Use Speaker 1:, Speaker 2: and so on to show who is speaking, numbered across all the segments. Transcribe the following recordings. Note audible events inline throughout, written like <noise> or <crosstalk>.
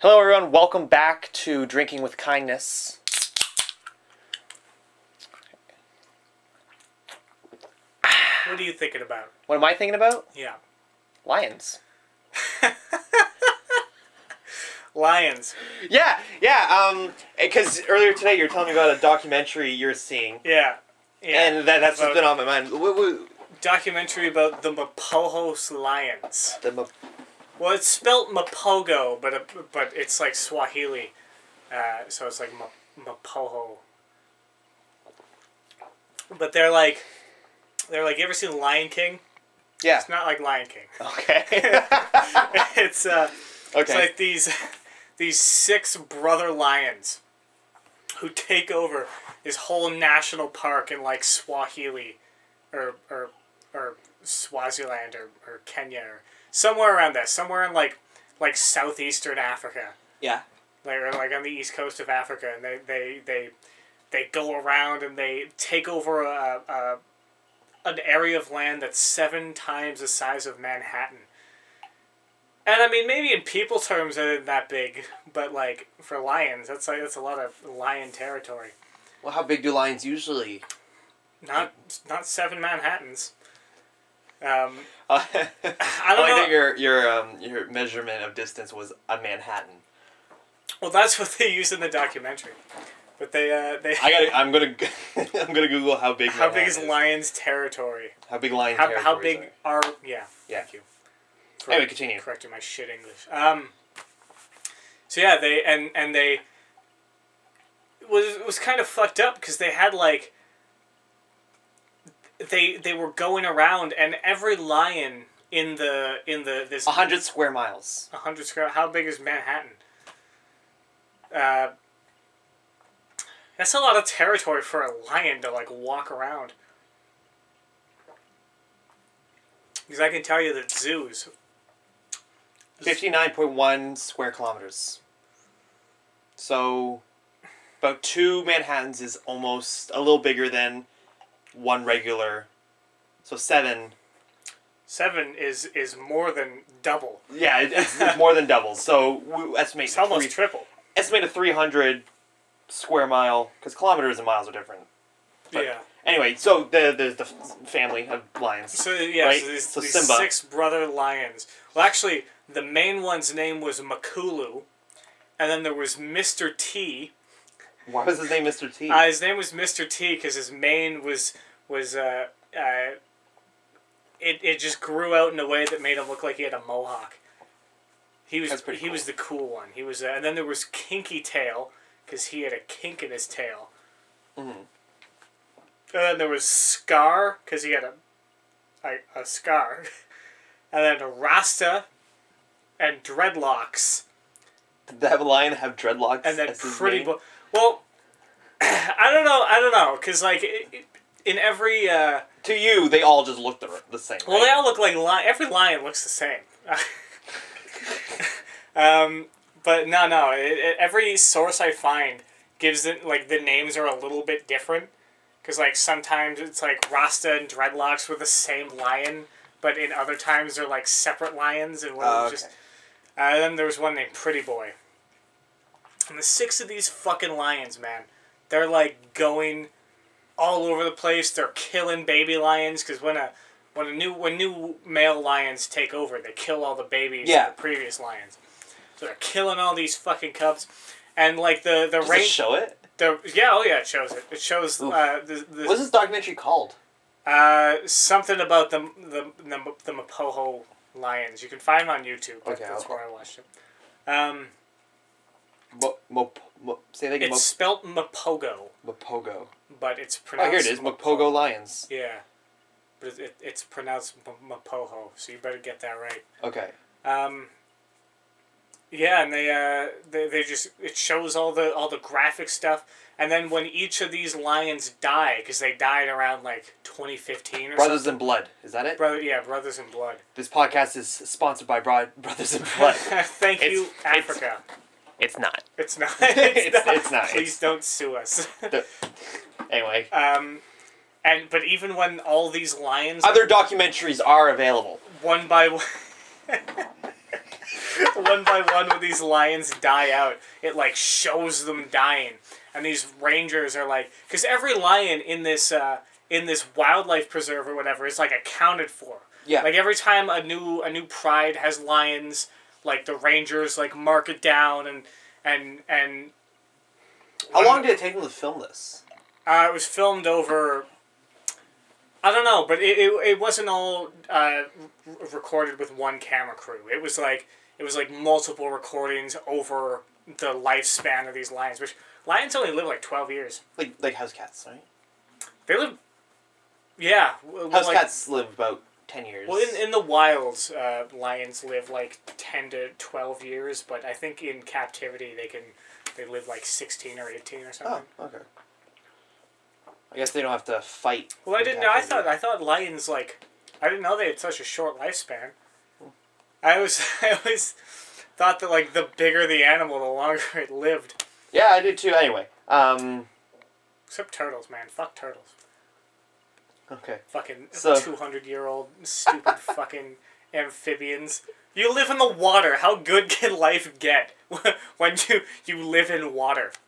Speaker 1: Hello, everyone. Welcome back to Drinking with Kindness.
Speaker 2: What are you thinking about?
Speaker 1: What am I thinking about?
Speaker 2: Yeah.
Speaker 1: Lions.
Speaker 2: Lions.
Speaker 1: Yeah, yeah. Um, because earlier today you were telling me about a documentary you're seeing,
Speaker 2: Yeah. Yeah.
Speaker 1: and that that's what's
Speaker 2: About
Speaker 1: been on my mind. Woo, woo.
Speaker 2: documentary about the Mapojos Lions.
Speaker 1: The mo-
Speaker 2: Well, it's spelt Mapogo, but it, but it's like Swahili, uh, so it's like Ma- Mapoho. But they're like, they're like. You ever seen Lion King?
Speaker 1: yeah.
Speaker 2: It's not like Lion King.
Speaker 1: <laughs>
Speaker 2: <laughs>
Speaker 1: Okay.
Speaker 2: it's uh. It's
Speaker 1: okay.
Speaker 2: like these <laughs> these six brother lions who take over this whole national park in like Swahili or or or Swaziland or, or Kenya or somewhere around there, somewhere in like like southeastern Africa.
Speaker 1: yeah.
Speaker 2: Like or like on the east coast of Africa and they they, they they go around and they take over a, a an area of land that's seven times the size of Manhattan. And I mean, maybe in people terms, it isn't that big, but like for lions, that's like that's a lot of lion territory.
Speaker 1: Well, how big do lions usually?
Speaker 2: Not not seven Manhattans. Um,
Speaker 1: Uh, <laughs> I don't
Speaker 2: I don't know.
Speaker 1: your your um your measurement of distance was a Manhattan.
Speaker 2: Well, that's what they use in the documentary, but they uh, they
Speaker 1: I got. to I'm gonna. <laughs> g- I'm gonna Google how big.
Speaker 2: <laughs> how big
Speaker 1: Manhattan
Speaker 2: is lion's territory?
Speaker 1: How big lion?
Speaker 2: How, how
Speaker 1: territories
Speaker 2: big
Speaker 1: are.
Speaker 2: are yeah?
Speaker 1: Yeah.
Speaker 2: Thank you. For
Speaker 1: Anyway, continue.
Speaker 2: correcting my shit English. Um, so yeah, they and and they it was it was kind of fucked up because they had like they they were going around and every lion in the in the this
Speaker 1: A hundred square miles.
Speaker 2: 100 square how big is manhattan uh, that's a lot of territory for a lion to like walk around because i can tell you that zoos
Speaker 1: Fifty-nine point one square kilometers. So, about two Manhattans is almost a little bigger than one regular. So seven.
Speaker 2: seven is is more than double
Speaker 1: Yeah, it- it's, it's more than double. So we estimate
Speaker 2: it's almost
Speaker 1: three,
Speaker 2: triple
Speaker 1: estimate a three hundred square mile because kilometers and miles are different. But-
Speaker 2: yeah
Speaker 1: Anyway, so the the, the family of lions.
Speaker 2: so yeah
Speaker 1: Right,
Speaker 2: so these,
Speaker 1: so
Speaker 2: these
Speaker 1: Simba.
Speaker 2: six brother lions well actually the main one's name was makulu and then there was mr t
Speaker 1: Why was his name Mr. T?
Speaker 2: Uh, his name was Mr. T because his mane was was uh, uh, it it just grew out in a way that made him look like he had a mohawk. He was
Speaker 1: That's pretty
Speaker 2: he was the cool one. He was uh, and then there was Kinky Tail because he had a kink in his tail.
Speaker 1: Mhm.
Speaker 2: And then there was Scar because he had a, a a scar, <laughs> and then Rasta, and dreadlocks
Speaker 1: Did that lion have dreadlocks?
Speaker 2: and then
Speaker 1: as his
Speaker 2: pretty
Speaker 1: name?
Speaker 2: bo- well <clears throat> i don't know i don't know because like it, it, in every uh
Speaker 1: to you, they all just looked the, the same.
Speaker 2: well
Speaker 1: right?
Speaker 2: they all look like lion every lion looks the same <laughs> um but no no it, it, every source i find gives it like the names are a little bit different because like sometimes it's like rasta and dreadlocks were the same lion but in other times they're like separate lions and one
Speaker 1: Oh,
Speaker 2: was
Speaker 1: okay.
Speaker 2: just Uh, then there was one named Pretty Boy. And the six of these fucking lions, man, they're like going all over the place. They're killing baby lions because when a when a new when new male lions take over, they kill all the babies
Speaker 1: Yeah.
Speaker 2: of the previous lions. So they're killing all these fucking cubs, and like the the
Speaker 1: Does it
Speaker 2: range,
Speaker 1: show it?
Speaker 2: the yeah, oh yeah, it shows it. It shows
Speaker 1: Oof.
Speaker 2: uh, the, the
Speaker 1: What's this documentary called?
Speaker 2: uh, something about the the the, the Mapoho lions. You can find it on YouTube. That-
Speaker 1: Okay,
Speaker 2: that's
Speaker 1: I'll-
Speaker 2: where I watched it. Um,
Speaker 1: Mo, mo, mo, say that again.
Speaker 2: it's
Speaker 1: Mo,
Speaker 2: spelt Mapogo,
Speaker 1: Mopogo.
Speaker 2: but it's
Speaker 1: Oh,
Speaker 2: pronounced.
Speaker 1: here it is. Mopogo Lions.
Speaker 2: Yeah, but it, it, it's pronounced M- Mapoho, so you better get that right.
Speaker 1: Okay.
Speaker 2: Um, yeah, and they uh they, they just it shows all the all the graphic stuff, and then when each of these lions die, because they died around like twenty fifteen or
Speaker 1: Brothers
Speaker 2: something.
Speaker 1: in Blood. Is that it?
Speaker 2: Brother, yeah, brothers in blood.
Speaker 1: This podcast is sponsored by Broad <laughs> Brothers in Blood.
Speaker 2: <laughs> Thank
Speaker 1: It's-
Speaker 2: you,
Speaker 1: it's-
Speaker 2: Africa.
Speaker 1: it's not. <laughs>
Speaker 2: It's not.
Speaker 1: It's-
Speaker 2: It's, not.
Speaker 1: it's not.
Speaker 2: Please
Speaker 1: It's-
Speaker 2: don't sue us.
Speaker 1: The- anyway,
Speaker 2: <laughs> um, and but even when all these lions, <laughs>
Speaker 1: other documentaries are available.
Speaker 2: one by one, one by one when these lions die out it like shows them dying and these rangers are like because every lion in this uh, in this wildlife preserve or whatever is like accounted for
Speaker 1: Yeah.
Speaker 2: like every time a new a new pride has lions like the rangers like mark it down and and and
Speaker 1: How long did it take them to film this?
Speaker 2: uh, it was filmed over. I don't know, but it, it, it wasn't all uh, r- recorded with one camera crew. It was like it was like multiple recordings over the lifespan of these lions, which lions only live like twelve years.
Speaker 1: Like like house cats, right?
Speaker 2: They live, yeah, w- well,
Speaker 1: House
Speaker 2: like,
Speaker 1: cats live about ten years.
Speaker 2: Well, in, in the wilds, uh, lions live like ten to twelve years, but I think in captivity they can they live like sixteen or eighteen or something.
Speaker 1: oh, okay. I guess they don't have to fight.
Speaker 2: Well, I
Speaker 1: in
Speaker 2: didn't know. I
Speaker 1: captivity.
Speaker 2: thought I thought lions like I didn't know they had such a short lifespan. I always <laughs> I always thought that like the bigger the animal, the longer <laughs> it lived.
Speaker 1: Yeah, I did too. Anyway, um,
Speaker 2: Except turtles, man. Fuck turtles.
Speaker 1: okay.
Speaker 2: Fucking
Speaker 1: So-
Speaker 2: two hundred year old stupid fucking amphibians. You live in the water. How good can life get <laughs> when you you live in water? <laughs>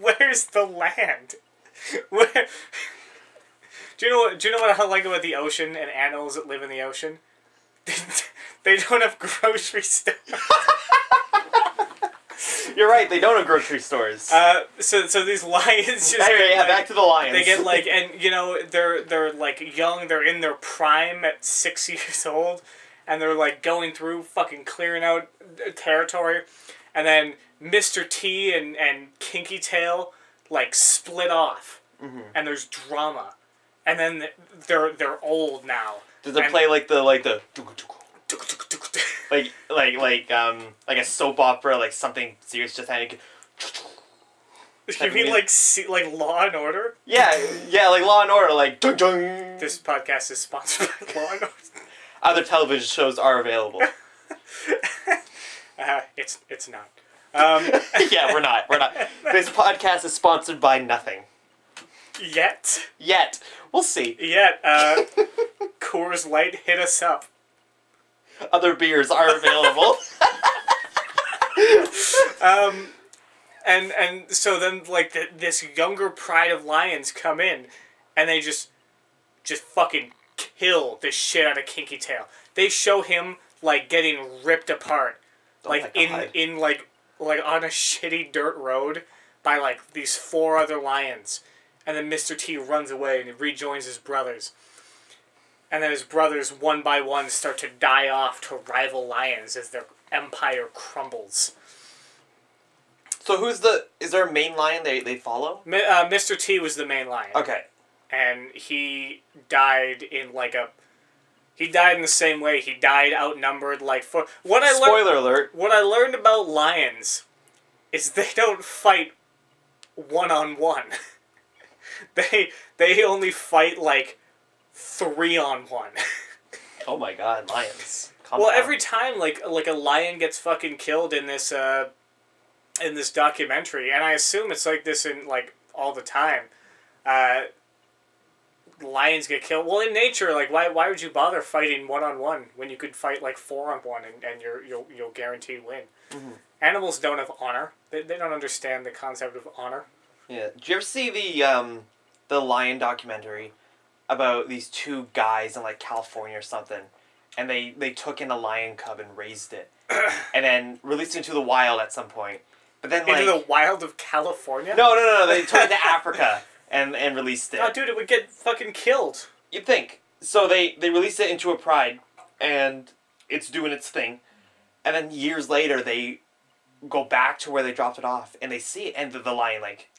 Speaker 2: Where's the land? <laughs> Where? Do you know what? Do you know what I like about the ocean and animals that live in the ocean? <laughs> they don't have grocery stores.
Speaker 1: You're right. They don't have grocery stores.
Speaker 2: Uh, so so these lions just
Speaker 1: anyway,
Speaker 2: get,
Speaker 1: yeah,
Speaker 2: like-
Speaker 1: back to the lions.
Speaker 2: They get like, and you know, they're they're like young. They're in their prime at six <laughs> years old, and they're like going through fucking clearing out uh, territory, and then Mister T and and Kinky Tail like split off, and there's drama, and then they're they're old now.
Speaker 1: Did they
Speaker 2: and-
Speaker 1: play like the like the like like like um like a soap opera like something serious just happened?
Speaker 2: <laughs> you mean like see, like Law and Order?
Speaker 1: Yeah, yeah, like Law and Order, like dung dung.
Speaker 2: This podcast is sponsored <laughs> by Law and Order.
Speaker 1: Other television shows are
Speaker 2: <laughs>
Speaker 1: available.
Speaker 2: Uh, it's it's not. Um,
Speaker 1: yeah, we're not. We're not. This podcast is sponsored by nothing
Speaker 2: yet.
Speaker 1: yet. We'll see.
Speaker 2: Yeah, uh, <laughs> Coors Light hit us up.
Speaker 1: Other beers are
Speaker 2: <laughs>
Speaker 1: available.
Speaker 2: Um, and and so then like the, this younger pride of lions come in, and they just just fucking kill the shit out of Kinky Tail. They show him like getting ripped apart, like
Speaker 1: Oh my
Speaker 2: in
Speaker 1: God.
Speaker 2: in like like on a shitty dirt road by like these four other lions, and then Mister T runs away and he rejoins his brothers. And then his brothers, one by one, start to die off to rival lions as their empire crumbles.
Speaker 1: so who's the? Is there a main lion they they follow?
Speaker 2: Mi- uh, Mr. T was the main lion,
Speaker 1: Okay.
Speaker 2: and he died in like a. He died in the same way. He died outnumbered. Like for what I learned.
Speaker 1: Spoiler alert.
Speaker 2: What I learned about lions, is they don't fight one on one. <laughs> They they only fight like three on <laughs> one.
Speaker 1: Oh my God, lions. Calm
Speaker 2: Well,
Speaker 1: down.
Speaker 2: every time like like a lion gets fucking killed in this uh in this documentary, and I assume it's like this in like all the time. Uh, lions get killed. Well, in nature, like why why would you bother fighting one on one when you could fight like four on one and, and you're you'll you'll guaranteed win.
Speaker 1: Mm-hmm.
Speaker 2: Animals don't have honor. They, they don't understand the concept of honor.
Speaker 1: Yeah. Did you ever see the um, the lion documentary about these two guys in like California or something, and they they took in a lion cub and raised
Speaker 2: <coughs>
Speaker 1: it, and then released it into the wild at some point. But then like
Speaker 2: Into the wild of California.
Speaker 1: no no no no they took it to Africa and and released it.
Speaker 2: Oh, dude, it would get fucking killed.
Speaker 1: You'd think so they they released it into a pride, and it's doing its thing, and then years later they go back to where they dropped it off and they see it and the, the lion like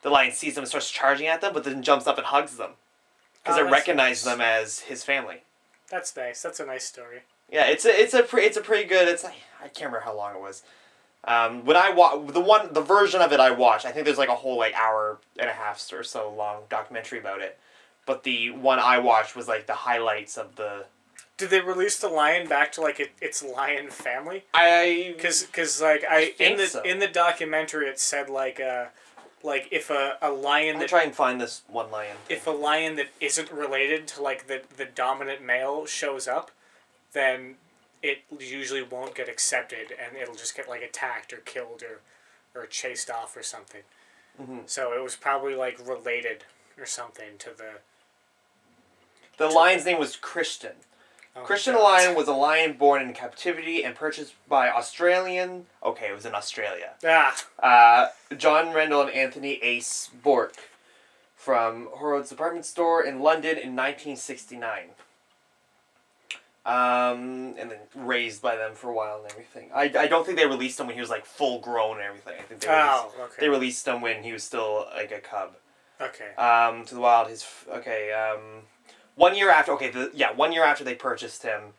Speaker 1: the lion sees them and starts charging at them but then jumps up and hugs them because
Speaker 2: Oh,
Speaker 1: it
Speaker 2: that's
Speaker 1: recognizes
Speaker 2: nice.
Speaker 1: them as his family.
Speaker 2: That's nice. That's a nice story.
Speaker 1: Yeah, it's a it's a pre, it's a pretty good. It's I can't remember how long it was. Um, when I wa- the one the version of it I watched, I think there's like a whole like hour and a half or so long documentary about it. But the one I watched was like the highlights of the
Speaker 2: Did they release the lion back to like it, its lion family?
Speaker 1: I
Speaker 2: Cause, cause like I,
Speaker 1: think
Speaker 2: in the
Speaker 1: so.
Speaker 2: in the documentary it said like uh, like if a, a lion
Speaker 1: I'm gonna
Speaker 2: that
Speaker 1: try and find this one lion.
Speaker 2: if a lion that isn't related to like the the dominant male shows up, then it usually won't get accepted and it'll just get like attacked or killed or or chased off or something.
Speaker 1: Mm-hmm.
Speaker 2: So it was probably like related or something to the
Speaker 1: The lion's name was Christian.
Speaker 2: oh,
Speaker 1: Christian
Speaker 2: God.
Speaker 1: lion was a lion born in captivity and purchased by Australian. Okay, it was in Australia.
Speaker 2: Ah,
Speaker 1: Uh, John Rendell and Anthony Ace Bork from Horrods Department Store in London in 1969. Um, and then raised by them for a while and everything. I, I don't think they released him when he was like full grown and everything. I think they released,
Speaker 2: oh, okay,
Speaker 1: they released him when he was still like a cub.
Speaker 2: okay,
Speaker 1: Um, to the wild. His f- okay. Um, one year after. Okay. The, yeah. One year after they purchased him,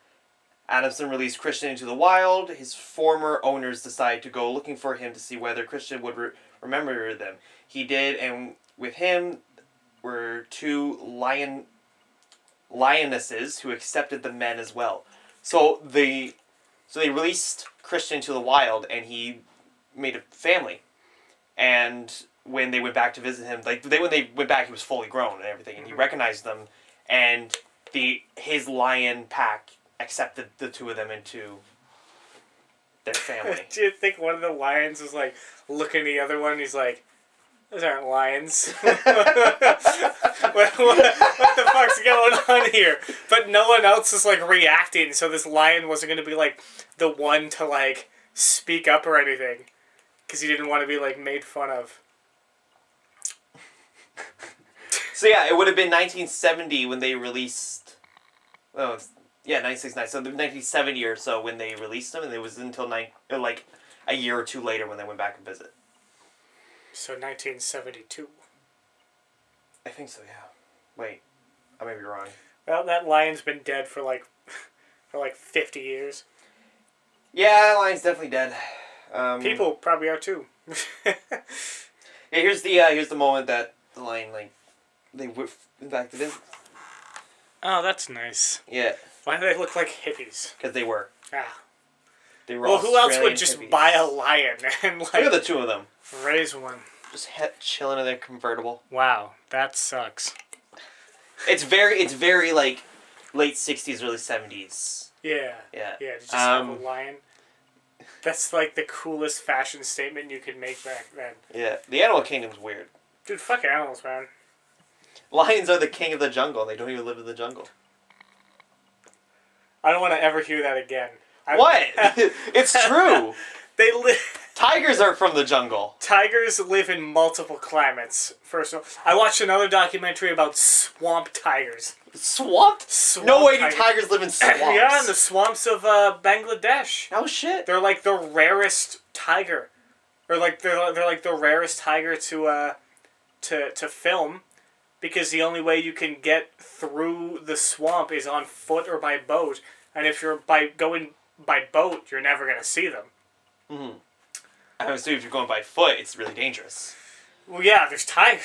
Speaker 1: Adamson released Christian into the wild. His former owners decided to go looking for him to see whether Christian would re- remember them. He did, and with him were two lion lionesses who accepted the men as well. So they, so they released Christian to the wild, and he made a family. And when they went back to visit him, like they when they went back, he was fully grown and everything, and he recognized them. And the his lion pack accepted the two of them into their
Speaker 2: <laughs>
Speaker 1: family.
Speaker 2: Do you think one of the lions was like looking at the other one? He's like, "Those aren't lions." <laughs> what, what, what the fuck's going on here? But no one else is like reacting, so this lion wasn't gonna be like the one to like speak up or anything, because he didn't want to be like made fun of.
Speaker 1: So yeah, it would have been 1970 when they released. Oh, it's- yeah, 1969. So the 1970 or so when they released them, and it was until nine, uh, like a year or two later when they went back and visit.
Speaker 2: So nineteen seventy two.
Speaker 1: I think so. Yeah. Wait, I may be wrong.
Speaker 2: Well, that lion's been dead for like <laughs> for like fifty years.
Speaker 1: Yeah, lion's definitely dead. Um,
Speaker 2: People probably are too. <laughs>
Speaker 1: Yeah, here's the uh, here's the moment that the lion like they whiff back to visit.
Speaker 2: oh, that's nice.
Speaker 1: Yeah,
Speaker 2: Why do they look like hippies?
Speaker 1: because they were
Speaker 2: Ah.
Speaker 1: they were.
Speaker 2: Well, who else would
Speaker 1: Australian
Speaker 2: just
Speaker 1: hippies.
Speaker 2: buy a lion <laughs> and
Speaker 1: Look at
Speaker 2: like
Speaker 1: the two of them
Speaker 2: raise one?
Speaker 1: just he- chilling in their convertible.
Speaker 2: Wow, that sucks.
Speaker 1: It's very it's very like late sixties, early seventies.
Speaker 2: Yeah.
Speaker 1: Yeah.
Speaker 2: Yeah, to just have
Speaker 1: Um,
Speaker 2: a lion. That's like the coolest fashion statement you could make back then.
Speaker 1: Yeah. The animal kingdom's weird.
Speaker 2: Dude, fuck animals, man.
Speaker 1: Lions are the king of the jungle and they don't even live in the jungle.
Speaker 2: I don't want to ever hear that again. I,
Speaker 1: What?
Speaker 2: <laughs>
Speaker 1: it's true.
Speaker 2: they live.
Speaker 1: Tigers are from the jungle.
Speaker 2: Tigers live in multiple climates. First of all, I watched another documentary about swamp tigers.
Speaker 1: Swamp?
Speaker 2: Swamp
Speaker 1: no way do
Speaker 2: tiger.
Speaker 1: tigers
Speaker 2: <laughs>
Speaker 1: live in swamps.
Speaker 2: yeah, in the swamps of uh, Bangladesh.
Speaker 1: Oh shit.
Speaker 2: They're like the rarest tiger, or like they're they're like the rarest tiger to uh, to to film, because the only way you can get through the swamp is on foot or by boat, and if you're by going by boat, you're never gonna see them.
Speaker 1: I'm assuming if you're going by foot, it's really
Speaker 2: <laughs>
Speaker 1: dangerous.
Speaker 2: Well, yeah, there's tigers.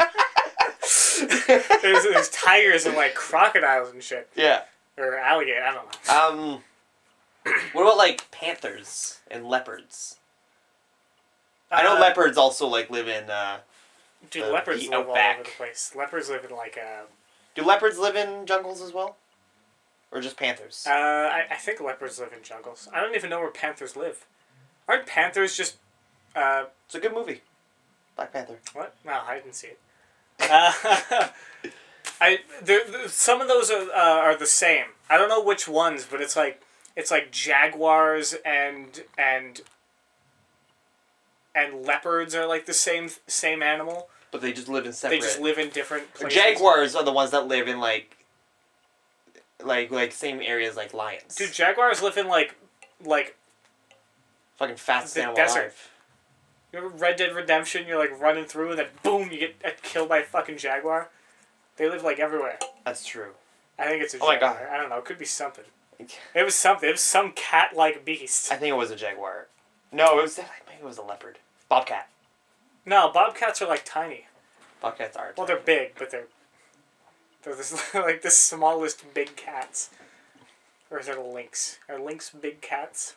Speaker 2: <laughs> there's, there's tigers and like crocodiles and shit,
Speaker 1: <laughs> yeah.
Speaker 2: or alligator. I don't know.
Speaker 1: Um What about like panthers and leopards? I know
Speaker 2: Uh,
Speaker 1: leopards also like live in uh
Speaker 2: Dude,
Speaker 1: uh,
Speaker 2: leopards
Speaker 1: the
Speaker 2: live all
Speaker 1: outback.
Speaker 2: over the place. Leopards live in like uh
Speaker 1: Do leopards live in jungles as well? Or just panthers?
Speaker 2: Uh, I, I think leopards live in jungles. I don't even know where panthers live. Aren't panthers just uh
Speaker 1: It's a good movie. Black Panther.
Speaker 2: what? No, I didn't see it. Uh, <laughs> I there, there- some of those are uh, are the same. I don't know which ones, but it's like it's like jaguars and and and leopards are like the same same animal.
Speaker 1: But they just live in
Speaker 2: They
Speaker 1: separate.
Speaker 2: just live in different places.
Speaker 1: Jaguars are the ones that live in like, like like same areas like lions.
Speaker 2: Dude, jaguars live in like like
Speaker 1: fucking fastest
Speaker 2: the
Speaker 1: animal
Speaker 2: desert.
Speaker 1: alive.
Speaker 2: You remember Red Dead Redemption, you're like running through, and then boom, you get uh, killed by a fucking jaguar. They live like everywhere.
Speaker 1: That's true.
Speaker 2: I think it's a
Speaker 1: Oh my
Speaker 2: jaguar.
Speaker 1: God.
Speaker 2: I don't know. It could be something.
Speaker 1: I
Speaker 2: It was something. It was some cat like beast.
Speaker 1: think it was a jaguar. No, it was <laughs> definitely maybe it was a leopard. Bobcat.
Speaker 2: No, bobcats are like tiny.
Speaker 1: Bobcats are.
Speaker 2: Well, they're big, but they're they're this, <laughs> like the smallest big cats. Or is it a lynx? Are lynx big cats?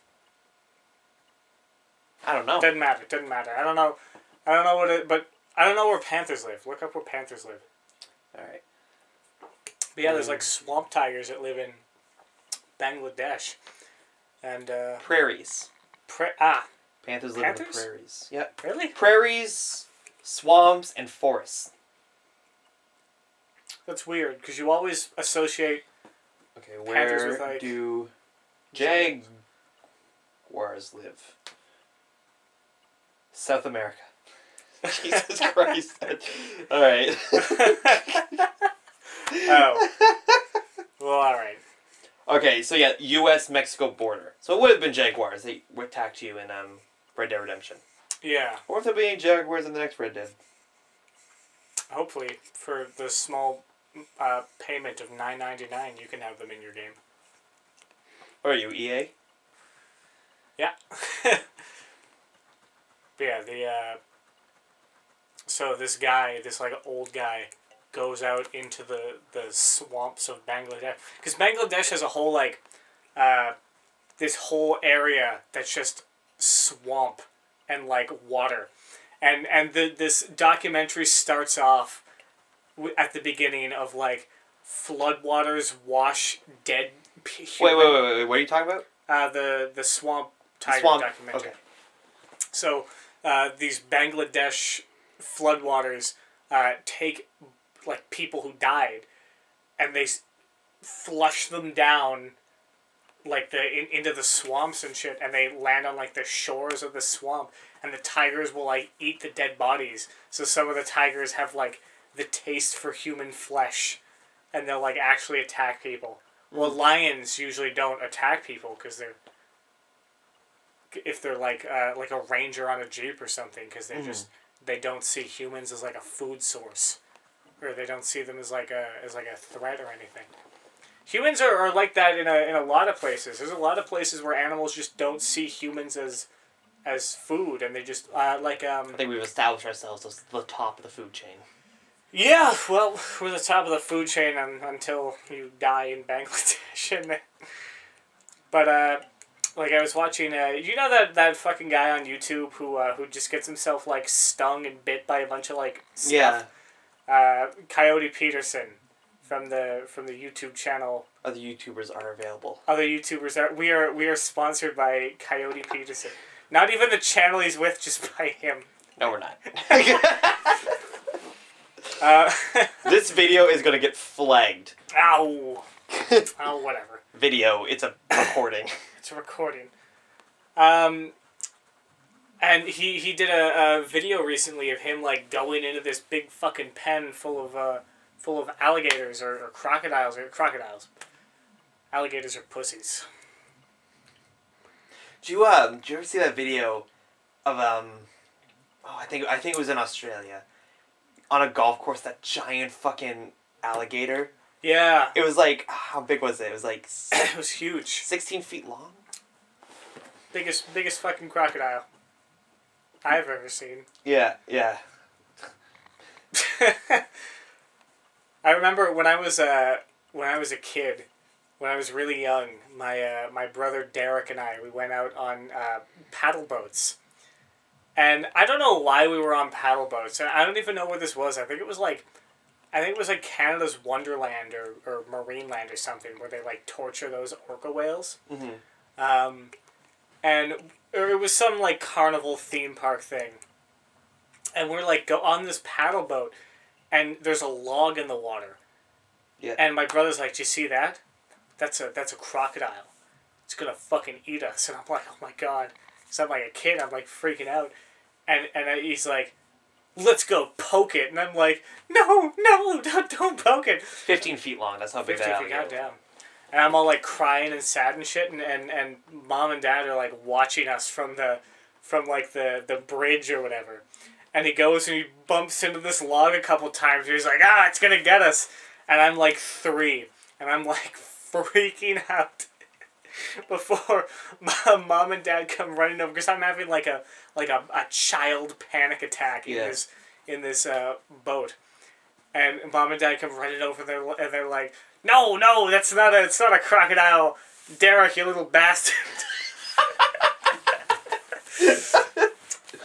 Speaker 1: I don't know.
Speaker 2: Doesn't matter. Doesn't matter. I don't know. I don't know what it. But I don't know where panthers live. Look up where panthers live.
Speaker 1: All right.
Speaker 2: But yeah, there's like swamp tigers that live in Bangladesh, and uh,
Speaker 1: Prairies.
Speaker 2: pra- ah,
Speaker 1: Panthers live in the
Speaker 2: Panthers?
Speaker 1: prairies. Yep.
Speaker 2: really?
Speaker 1: Prairies, swamps, and forests.
Speaker 2: That's weird because you always associate <laughs>
Speaker 1: Okay,
Speaker 2: Panthers
Speaker 1: where
Speaker 2: with, like-
Speaker 1: do jaguars live? South America. <laughs> Jesus Christ. <laughs> All right. <laughs>
Speaker 2: oh. well, all right.
Speaker 1: Okay, so yeah, U.S. Mexico border. So it would have been jaguars. They attacked you in um, Red Dead Redemption.
Speaker 2: Yeah.
Speaker 1: Or if there'll be any jaguars in the next Red Dead.
Speaker 2: Hopefully, for the small uh, payment of nine ninety nine, you can have them in your game.
Speaker 1: Or are you E EA?
Speaker 2: Yeah. <laughs> but yeah, the uh, so this guy, this like old guy, goes out into the the swamps of Bangladesh because Bangladesh has a whole like uh, this whole area that's just swamp and like water, and and the this documentary starts off w- at the beginning of like floodwaters wash dead. p-
Speaker 1: Wait,
Speaker 2: human-
Speaker 1: wait, wait, wait, wait. What are you talking about?
Speaker 2: uh, the the swamp tiger
Speaker 1: Swamp.
Speaker 2: documentary.
Speaker 1: Okay.
Speaker 2: So uh, these Bangladesh floodwaters uh, take like people who died, and they s- flush them down, like the in, into the swamps and shit, and they land on like the shores of the swamp, and the tigers will like eat the dead bodies. So some of the tigers have like the taste for human flesh, and they'll like actually attack people. Well, lions usually don't attack people because they're if they're like uh, like a ranger on a jeep or something because they just they don't see humans as like a food source or they don't see them as like a as like a threat or anything humans are, are like that in a, in a lot of places there's a lot of places where animals just don't see humans as as food and they just uh, like um
Speaker 1: I think we've established ourselves as the top of the food chain.
Speaker 2: yeah well we're the top of the food chain un until you die in <laughs> bangladesh and then- but uh like I was watching, uh, you know that that fucking guy on YouTube who uh, who just gets himself like stung and bit by a bunch of like stuff. Yeah. Uh, Coyote Peterson from the from the YouTube channel.
Speaker 1: Other YouTubers are available.
Speaker 2: Other YouTubers are we are we are sponsored by Coyote Peterson. Not even the channel he's with, just by him.
Speaker 1: No, we're not.
Speaker 2: Uh,
Speaker 1: <laughs>
Speaker 2: <laughs>
Speaker 1: this video is gonna get flagged. <laughs>
Speaker 2: ow, oh whatever.
Speaker 1: video. It's a <laughs> recording.
Speaker 2: It's a recording. Um, and he he did a, a video recently of him like going into this big fucking pen full of uh, full of alligators or, or crocodiles or crocodiles. Alligators are pussies.
Speaker 1: do you um? Do you ever see that video of um? Oh, I think I think it was in Australia, on a golf course. That giant fucking alligator.
Speaker 2: Yeah, <coughs>
Speaker 1: It was like ah, how big was it? It was like s-
Speaker 2: it was huge.
Speaker 1: sixteen feet long.
Speaker 2: Biggest biggest fucking crocodile I've ever seen.
Speaker 1: Yeah, yeah.
Speaker 2: <laughs> I remember when I was uh, when I was a kid, when I was really young, my uh, my brother Derek and I we went out on uh, paddle boats, and I don't know why we were on paddle boats, and I don't even know where this was. I think it was like, I think it was like Canada's Wonderland or or Marineland or something where they like torture those orca whales,
Speaker 1: Mhm.
Speaker 2: um, and or it was some like carnival theme park thing, and we're like go on this paddle boat and there's a log in the water.
Speaker 1: Yeah.
Speaker 2: And my brother's like, "Do you see that? That's a that's a crocodile. It's gonna fucking eat us." <laughs> And I'm like, "Oh my god!" So I'm like a kid. I'm like freaking out, and and I- he's like, "Let's go poke it." And I'm like, "No, no, <laughs> don't, don't poke it."
Speaker 1: Fifteen feet long. That's how big
Speaker 2: Fifty
Speaker 1: that
Speaker 2: feet,
Speaker 1: alligator. was.
Speaker 2: goddamn. And I'm all like crying and sad and shit, and, and, and mom and dad are like watching us from the from like the, the bridge or whatever. And he goes and he bumps into this log a couple times. And he's like, ah, it's gonna get us. And I'm like three, and I'm like <laughs> freaking out. <laughs> Before <laughs> my mom and dad come running over, because I'm having like a like a, a child panic attack in
Speaker 1: Yeah.
Speaker 2: this in this uh, boat, and mom and dad come running over there, and they're like, "No, no, that's not a it's not a crocodile, Derek, you little bastard." <laughs>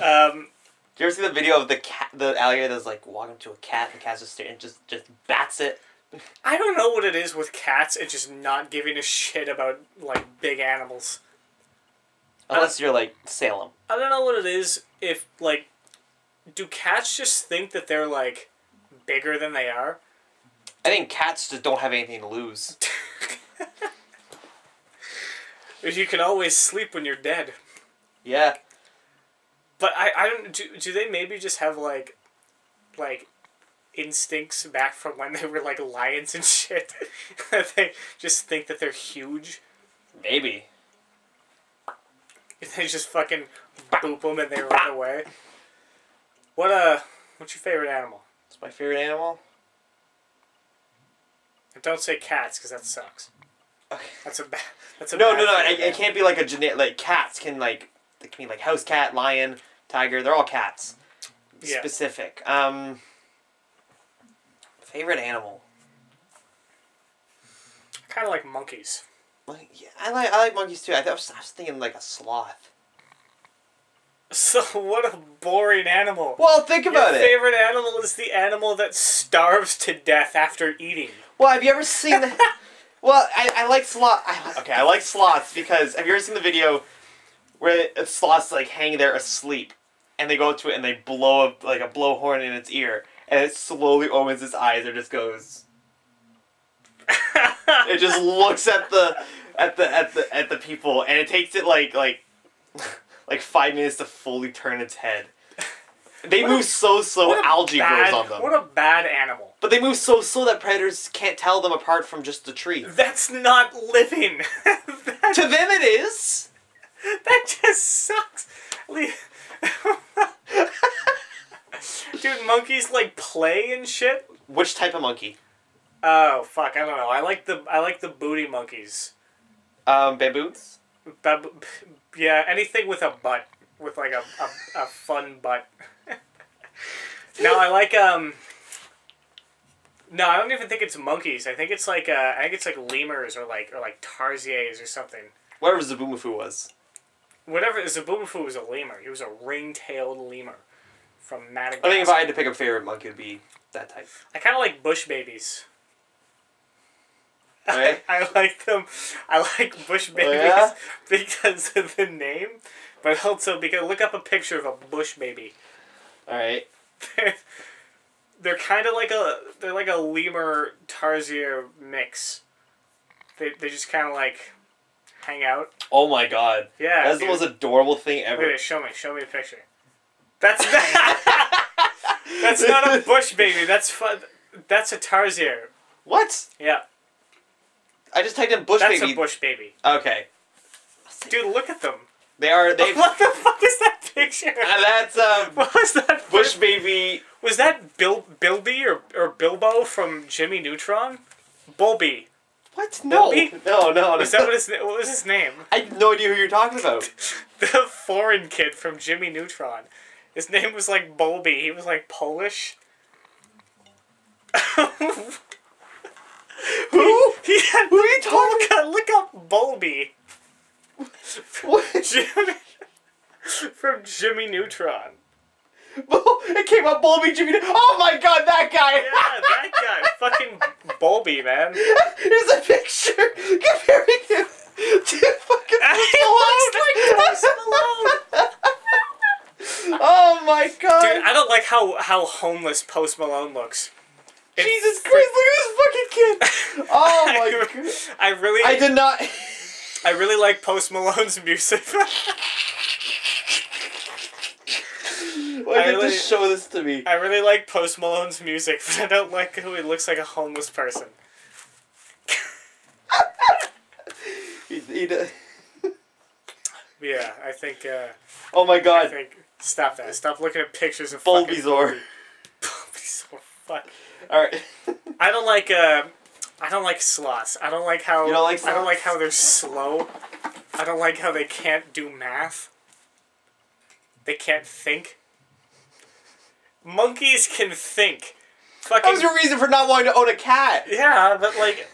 Speaker 2: um,
Speaker 1: Do you ever see the video of the cat, the alligator that's like walking to a cat, and the cat's just staring, just just bats it.
Speaker 2: I don't know what it is with cats and just not giving a shit about like big animals.
Speaker 1: Unless you're like Salem.
Speaker 2: I don't know what it is if like do cats just think that they're like bigger than they are? <laughs>
Speaker 1: I think cats just don't have anything to lose.
Speaker 2: If You can always sleep when you're dead.
Speaker 1: Yeah.
Speaker 2: But I, I don't do do they maybe just have like like instincts back from when they were like lions and <laughs> shit. they just think that they're huge.
Speaker 1: Maybe.
Speaker 2: They just fucking boop them and they run away. What uh what's your favorite animal?
Speaker 1: It's my favorite animal.
Speaker 2: And don't say cats because that sucks. That's a bad. That's a
Speaker 1: No,
Speaker 2: bad
Speaker 1: no, no.
Speaker 2: thing,
Speaker 1: It,
Speaker 2: man.
Speaker 1: it can't be like a genetic. Like cats can like it can be like house cat, lion, tiger. They're all cats.
Speaker 2: Yeah.
Speaker 1: Specific. Um. Favorite animal.
Speaker 2: Kind of like monkeys. <laughs>
Speaker 1: Like yeah, I like I like monkeys too. I, th- I, was, I was thinking like a sloth.
Speaker 2: So what a boring animal.
Speaker 1: Well, think about
Speaker 2: Your
Speaker 1: it.
Speaker 2: favorite animal is the animal that starves to death after eating.
Speaker 1: Well, have you ever seen
Speaker 2: <laughs>
Speaker 1: the? well, I, I like sloth. I, okay, I like sloths because have you ever seen the video where a sloths like hang there asleep, and they go up to it and they blow a, like a blowhorn in its ear, and it slowly opens its eyes and just goes. <laughs> It
Speaker 2: <laughs>
Speaker 1: just looks at the at the at the at the people, and it takes it like like <laughs> like five minutes to fully turn its head. They move so slow,
Speaker 2: What a
Speaker 1: algae
Speaker 2: bad,
Speaker 1: grows on them.
Speaker 2: What a bad animal.
Speaker 1: But they move so slow that predators can't tell them apart from just the tree.
Speaker 2: That's not living. <laughs> that,
Speaker 1: to them, it is.
Speaker 2: that just sucks. Le- <laughs> Dude, monkeys like play and shit.
Speaker 1: <laughs> Which type of monkey?
Speaker 2: Oh fuck, I don't know. I like the I like the booty monkeys.
Speaker 1: Um, baboons.
Speaker 2: Bab- yeah, anything with a butt, with like a, a, a fun butt. <laughs> no, I like um. No, I don't even think it's monkeys. I think it's like uh, I think it's like lemurs or like or like tarsiers or something.
Speaker 1: Whatever Zabumafu was.
Speaker 2: Whatever. Zabumafu was a lemur. He was a ring-tailed lemur from Madagascar.
Speaker 1: I think if I had to pick a favorite monkey, it would be that type.
Speaker 2: I kind of like bush babies. <laughs>
Speaker 1: Right? Oh,
Speaker 2: I like them. I like bush babies <laughs>
Speaker 1: yeah?
Speaker 2: because of the name, but also because look up a picture of a bush baby.
Speaker 1: All right.
Speaker 2: They're, they're kind of like a they're like a lemur tarsier mix. They they just kind of like hang out.
Speaker 1: Oh my god.
Speaker 2: Yeah.
Speaker 1: That's the
Speaker 2: dude.
Speaker 1: most adorable thing ever.
Speaker 2: Wait, wait, show me, show me a picture. That's <laughs> not, that's not
Speaker 1: <laughs>
Speaker 2: a bush baby. That's fun. That's a tarsier.
Speaker 1: What?
Speaker 2: Yeah,
Speaker 1: I just typed in bush
Speaker 2: that's
Speaker 1: baby.
Speaker 2: a bush baby.
Speaker 1: okay.
Speaker 2: Dude, look at them.
Speaker 1: They are.
Speaker 2: <laughs>
Speaker 1: They. <laughs>
Speaker 2: What the fuck is that picture?
Speaker 1: and that's um.
Speaker 2: <laughs> What was that?
Speaker 1: Bush baby.
Speaker 2: Was that Bil Bilby or, or Bilbo from Jimmy Neutron? Bulby.
Speaker 1: What? No.
Speaker 2: Baby?
Speaker 1: No. No. no.
Speaker 2: Is that what his <laughs> na- what was his name?
Speaker 1: I have no idea who you're talking about.
Speaker 2: <laughs> The foreign kid from Jimmy Neutron. His name was like Bulby. He was like Polish. <laughs>
Speaker 1: who?
Speaker 2: He had
Speaker 1: Who are you talking?
Speaker 2: look, up- look up Bulby
Speaker 1: What?
Speaker 2: Jimmy, <laughs> from Jimmy Neutron.
Speaker 1: <laughs> it came up Bulby Jimmy. Oh my god, that guy.
Speaker 2: Yeah, that guy, fucking Bulby, man.
Speaker 1: Here's a picture comparing him to fucking
Speaker 2: I
Speaker 1: Post Malone. oh my god.
Speaker 2: Dude, I don't like how how homeless Post Malone looks. It's <laughs>
Speaker 1: Jesus Christ, look at this fucking kid. Oh my god.
Speaker 2: I really,
Speaker 1: I did not. <laughs>
Speaker 2: I really like Post Malone's music. <laughs>
Speaker 1: Why did you
Speaker 2: really-
Speaker 1: just show this to me?
Speaker 2: I really like Post Malone's music, <laughs> but I don't like who he looks like a homeless person.
Speaker 1: He- he did-
Speaker 2: Yeah, I think. Uh,
Speaker 1: Oh my
Speaker 2: I
Speaker 1: god.
Speaker 2: think. Stop that! Stop looking at pictures of fucking-
Speaker 1: Bulbizor.
Speaker 2: <laughs> Bulbies or fuck. <laughs>
Speaker 1: Alright.
Speaker 2: I don't like. Uh, I don't like sloths. I don't like how.
Speaker 1: You don't like
Speaker 2: I don't like
Speaker 1: sloths?
Speaker 2: how they're slow. I don't like how they can't do math. They can't think. Monkeys can think.
Speaker 1: That
Speaker 2: Fucking
Speaker 1: was your reason for not wanting to own a cat.
Speaker 2: yeah, but like,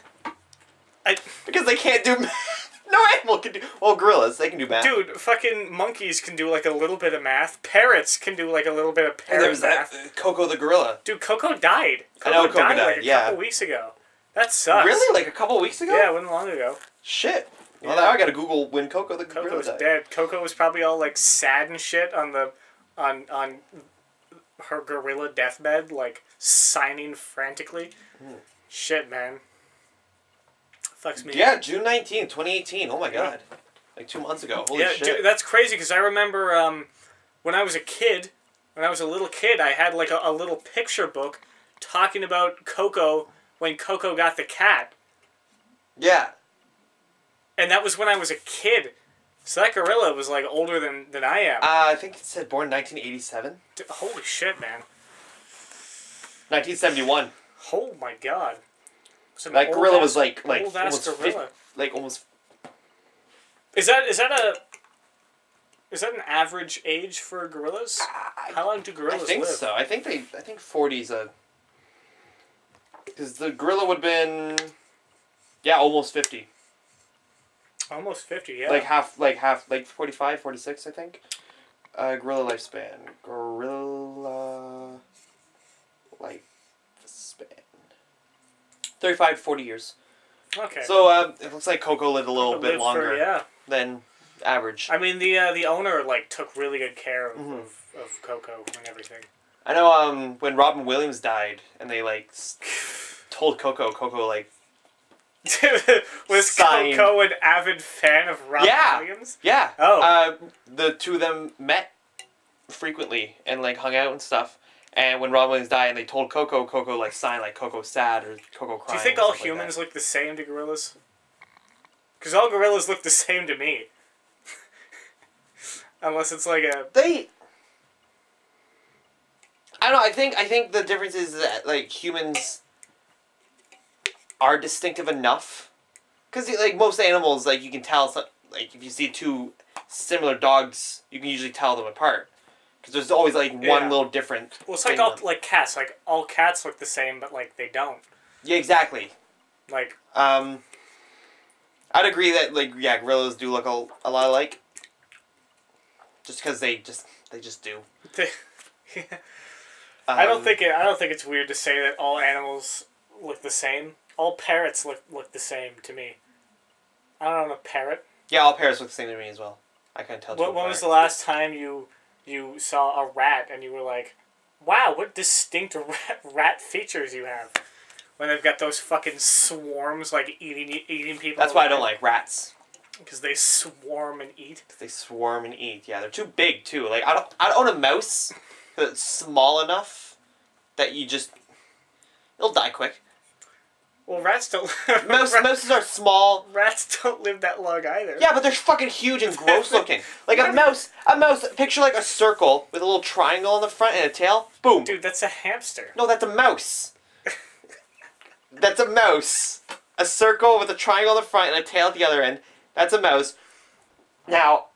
Speaker 2: I
Speaker 1: Because they can't do <laughs> math. No animal can do. Well, gorillas, they can do math.
Speaker 2: dude, fucking monkeys can do like a little bit of math. Parrots can do like a little bit of
Speaker 1: and
Speaker 2: parrot
Speaker 1: there's that
Speaker 2: math.
Speaker 1: Coco the gorilla.
Speaker 2: Dude, Coco died.
Speaker 1: I know Coco
Speaker 2: died like
Speaker 1: died,
Speaker 2: a
Speaker 1: yeah.
Speaker 2: couple weeks ago. That sucks.
Speaker 1: Really? Like a couple weeks ago?
Speaker 2: Yeah, it wasn't long ago.
Speaker 1: Shit. Well,
Speaker 2: Yeah.
Speaker 1: now I gotta Google when Coco the Gorilla
Speaker 2: Coco's
Speaker 1: died.
Speaker 2: dead. Coco was probably all like sad and shit on the on on her gorilla deathbed, like signing frantically.
Speaker 1: Hmm.
Speaker 2: Shit, man. Fucks me.
Speaker 1: Yeah, June 19, 2018. Oh my god. Like two months ago. Holy
Speaker 2: yeah,
Speaker 1: shit.
Speaker 2: dude, that's crazy because I remember um, when I was a kid, when I was a little kid, I had like a, a little picture book talking about Coco when Coco got the cat,
Speaker 1: yeah.
Speaker 2: and that was when I was a kid. So that gorilla was like older than than I am.
Speaker 1: Uh, I think it said born 1987.
Speaker 2: D- Holy shit, man.
Speaker 1: 1971.
Speaker 2: Oh my god. It's an
Speaker 1: That
Speaker 2: old
Speaker 1: gorilla
Speaker 2: ass-
Speaker 1: was like like
Speaker 2: old ass
Speaker 1: almost fif-
Speaker 2: gorilla.
Speaker 1: like almost
Speaker 2: Is that is that a is that an average age for gorillas? How long do
Speaker 1: I
Speaker 2: gorillas
Speaker 1: think
Speaker 2: live?
Speaker 1: so. I think they I think 40s a cuz the gorilla would have been yeah, almost 50.
Speaker 2: Almost fifty, yeah.
Speaker 1: Like half like half like 45, 46 I think. Uh, gorilla lifespan. Gorilla lifespan. 35 40 years.
Speaker 2: okay.
Speaker 1: So uh, it looks like Coco lived a little
Speaker 2: They
Speaker 1: bit
Speaker 2: live for-
Speaker 1: longer
Speaker 2: yeah.
Speaker 1: than average.
Speaker 2: I mean the uh, the owner like took really good care of,
Speaker 1: Mhm.
Speaker 2: of, of Coco and everything. <laughs>
Speaker 1: I know um, when Robin Williams died and they like
Speaker 2: <laughs>
Speaker 1: s- told Coco, Coco like,
Speaker 2: was
Speaker 1: Signed.
Speaker 2: Coco an avid fan of Robin
Speaker 1: Yeah.
Speaker 2: Williams?
Speaker 1: yeah.
Speaker 2: Oh.
Speaker 1: Uh, the two of them met frequently and like hung out and stuff. And when Robin Williams died and they told Coco, Coco like signed like Coco sad or Coco
Speaker 2: Do
Speaker 1: crying.
Speaker 2: you think
Speaker 1: or
Speaker 2: all
Speaker 1: something like
Speaker 2: humans look the same to gorillas? Because all gorillas look the same to me. <laughs> Unless it's like a.
Speaker 1: that. They. I don't know. I think I think the difference is that like humans are distinctive enough, because like most animals, like you can tell some, like if you see two similar dogs, you can usually tell them apart, because there's always like one
Speaker 2: Yeah.
Speaker 1: little different.
Speaker 2: Well, it's like
Speaker 1: thing
Speaker 2: all
Speaker 1: them.
Speaker 2: like cats. Like all cats look the same, but like they don't.
Speaker 1: Yeah, exactly.
Speaker 2: Like <laughs>
Speaker 1: Um, I'd agree that like yeah, gorillas do look a, a lot alike. Just because they just they just do.
Speaker 2: they,
Speaker 1: Um,
Speaker 2: I don't think it. I don't think it's weird to say that all animals look the same. All parrots look look the same to me. I don't know a parrot.
Speaker 1: Yeah, all parrots look the same to me as well. I couldn't tell.
Speaker 2: What,
Speaker 1: two
Speaker 2: when was the
Speaker 1: apart.
Speaker 2: last time you you saw a rat and you were like, "Wow, what distinct <laughs> rat, rat features you have"? When they've got those fucking swarms like eating eating people.
Speaker 1: That's why I don't like rats.
Speaker 2: because they swarm and eat.
Speaker 1: 'cause They swarm and eat. Yeah, they're too big too. Like I don't I don't own a mouse that's small enough that you just it'll die quick.
Speaker 2: Well, rats don't. <laughs>
Speaker 1: Mouse mouses are small.
Speaker 2: Rats don't live that long either.
Speaker 1: Yeah, but they're fucking huge and gross looking. Like
Speaker 2: <laughs>
Speaker 1: a mouse, a mouse. Picture like a circle with a little triangle on the front and a tail. Boom.
Speaker 2: Dude, that's a hamster.
Speaker 1: No, that's a mouse. that's a mouse. A circle with a triangle on the front and a tail at the other end. That's a mouse. Now,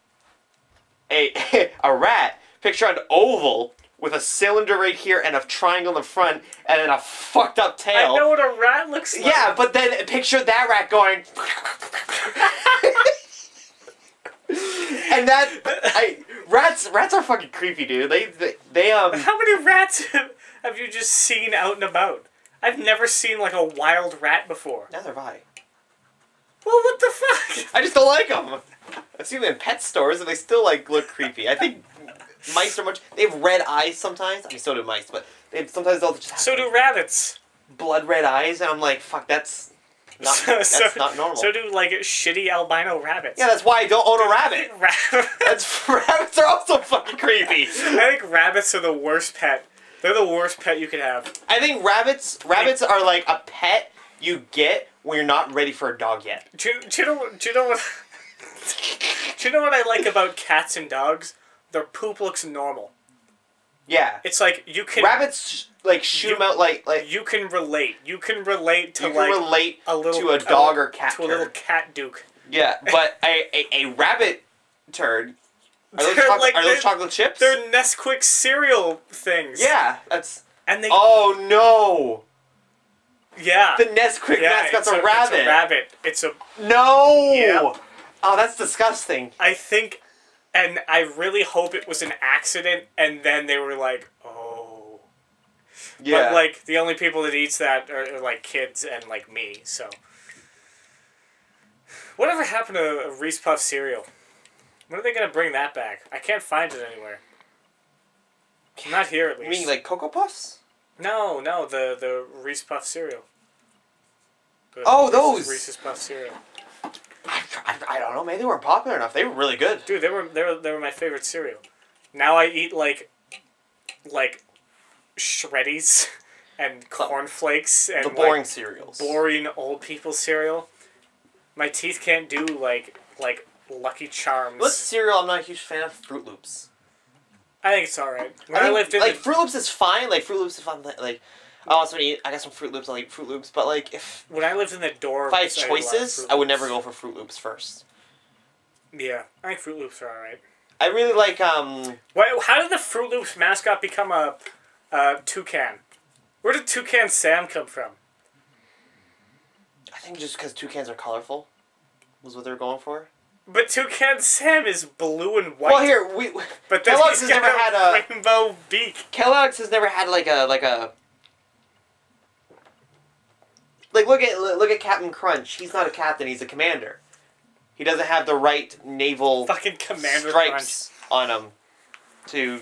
Speaker 1: a <laughs> a rat. Picture an oval with a cylinder right here and a triangle in the front and then a fucked up
Speaker 2: I
Speaker 1: tail.
Speaker 2: know what a rat looks like.
Speaker 1: Yeah, but then picture that rat going. and that I rats rats are fucking creepy, dude. They they, they
Speaker 2: <laughs>
Speaker 1: um.
Speaker 2: <laughs> How many rats have, have you just seen out and about? I've never seen like a wild rat before.
Speaker 1: Neither have I.
Speaker 2: Well, what the fuck?
Speaker 1: I just don't like them. I've seen them in pet stores, and they still like look creepy. I think mice are much. They have red eyes sometimes. I mean, so do mice, but they sometimes they'll just have
Speaker 2: So do rabbits.
Speaker 1: blood red eyes, and I'm like, fuck, that's not
Speaker 2: so,
Speaker 1: that's
Speaker 2: so-
Speaker 1: not normal.
Speaker 2: So do like shitty albino rabbits.
Speaker 1: yeah, that's why I don't own a rabbit.
Speaker 2: <laughs> Ra-
Speaker 1: That's <laughs> rabbits are also fucking creepy.
Speaker 2: <laughs> I think rabbits are the worst pet. They're the worst pet you could have.
Speaker 1: I think rabbits rabbits are like a pet you get when you're not ready for a dog yet.
Speaker 2: Do you, do you know? Do you know what? <laughs> do you know what I like about cats and dogs? Their poop looks normal.
Speaker 1: Yeah,
Speaker 2: It's like you can
Speaker 1: rabbits like shoot
Speaker 2: You-
Speaker 1: them out like like you
Speaker 2: you can relate. You can relate to
Speaker 1: can
Speaker 2: like
Speaker 1: relate
Speaker 2: a little
Speaker 1: to a dog or cat
Speaker 2: to a little
Speaker 1: turd.
Speaker 2: cat duke.
Speaker 1: Yeah, but a, a, a rabbit turd. Are those,
Speaker 2: They're
Speaker 1: choc-
Speaker 2: like-
Speaker 1: are
Speaker 2: they're-
Speaker 1: those chocolate chips?
Speaker 2: They're Nesquik cereal things.
Speaker 1: yeah, that's.
Speaker 2: And they
Speaker 1: Oh no!
Speaker 2: yeah.
Speaker 1: The Nesquik
Speaker 2: yeah,
Speaker 1: mascot's
Speaker 2: it's
Speaker 1: a, rabbit.
Speaker 2: It's a rabbit. It's a
Speaker 1: No!
Speaker 2: Yeah.
Speaker 1: Oh, that's disgusting.
Speaker 2: I think and I really hope it was an accident and then they were like, "Oh." But like the only people that eats that are, are like kids and like me. So. Whatever happened to a Reese Puff cereal? When are they gonna bring that back? I can't find it anywhere. Not here at
Speaker 1: you
Speaker 2: least.
Speaker 1: mean like Cocoa Puffs?
Speaker 2: no, no, the the Reese Puff cereal. The
Speaker 1: Oh,
Speaker 2: Reese's-
Speaker 1: those!
Speaker 2: Reese's Puff cereal.
Speaker 1: I, I, I don't know. Maybe they weren't popular enough. They were really good.
Speaker 2: Dude, they were they were they were my favorite cereal. Now I eat like like shreddies <laughs> and cornflakes and
Speaker 1: The
Speaker 2: like,
Speaker 1: boring cereals.
Speaker 2: boring old people cereal. My teeth can't do like like Lucky Charms.
Speaker 1: What cereal? I'm not a huge fan of. Fruit Loops.
Speaker 2: I think it's all right. When I,
Speaker 1: I think,
Speaker 2: lived in
Speaker 1: like
Speaker 2: the,
Speaker 1: Fruit Loops is fine. Like Fruit Loops is fun. li- Like I want something to eat. I got some Fruit Loops. I like Fruit Loops, but like if
Speaker 2: when I lived in the dorm,
Speaker 1: if I had choices, I would never go for Fruit Loops first.
Speaker 2: Yeah, I think Fruit Loops are all right.
Speaker 1: I really like um.
Speaker 2: Why, how did the Fruit Loops mascot become a, a toucan? Where did Toucan Sam come from?
Speaker 1: I think just because toucans are colorful, was what they were going for.
Speaker 2: But Toucan Sam is blue and white.
Speaker 1: Well, here we.
Speaker 2: But then
Speaker 1: Kellogg's
Speaker 2: he's
Speaker 1: has
Speaker 2: got
Speaker 1: never
Speaker 2: a
Speaker 1: had a
Speaker 2: rainbow beak.
Speaker 1: Kellogg's has never had like a like a. Like look at look at Captain Crunch. He's not a captain. He's a commander. He doesn't have the right naval.
Speaker 2: Fucking Commander Crunch.
Speaker 1: stripes on them to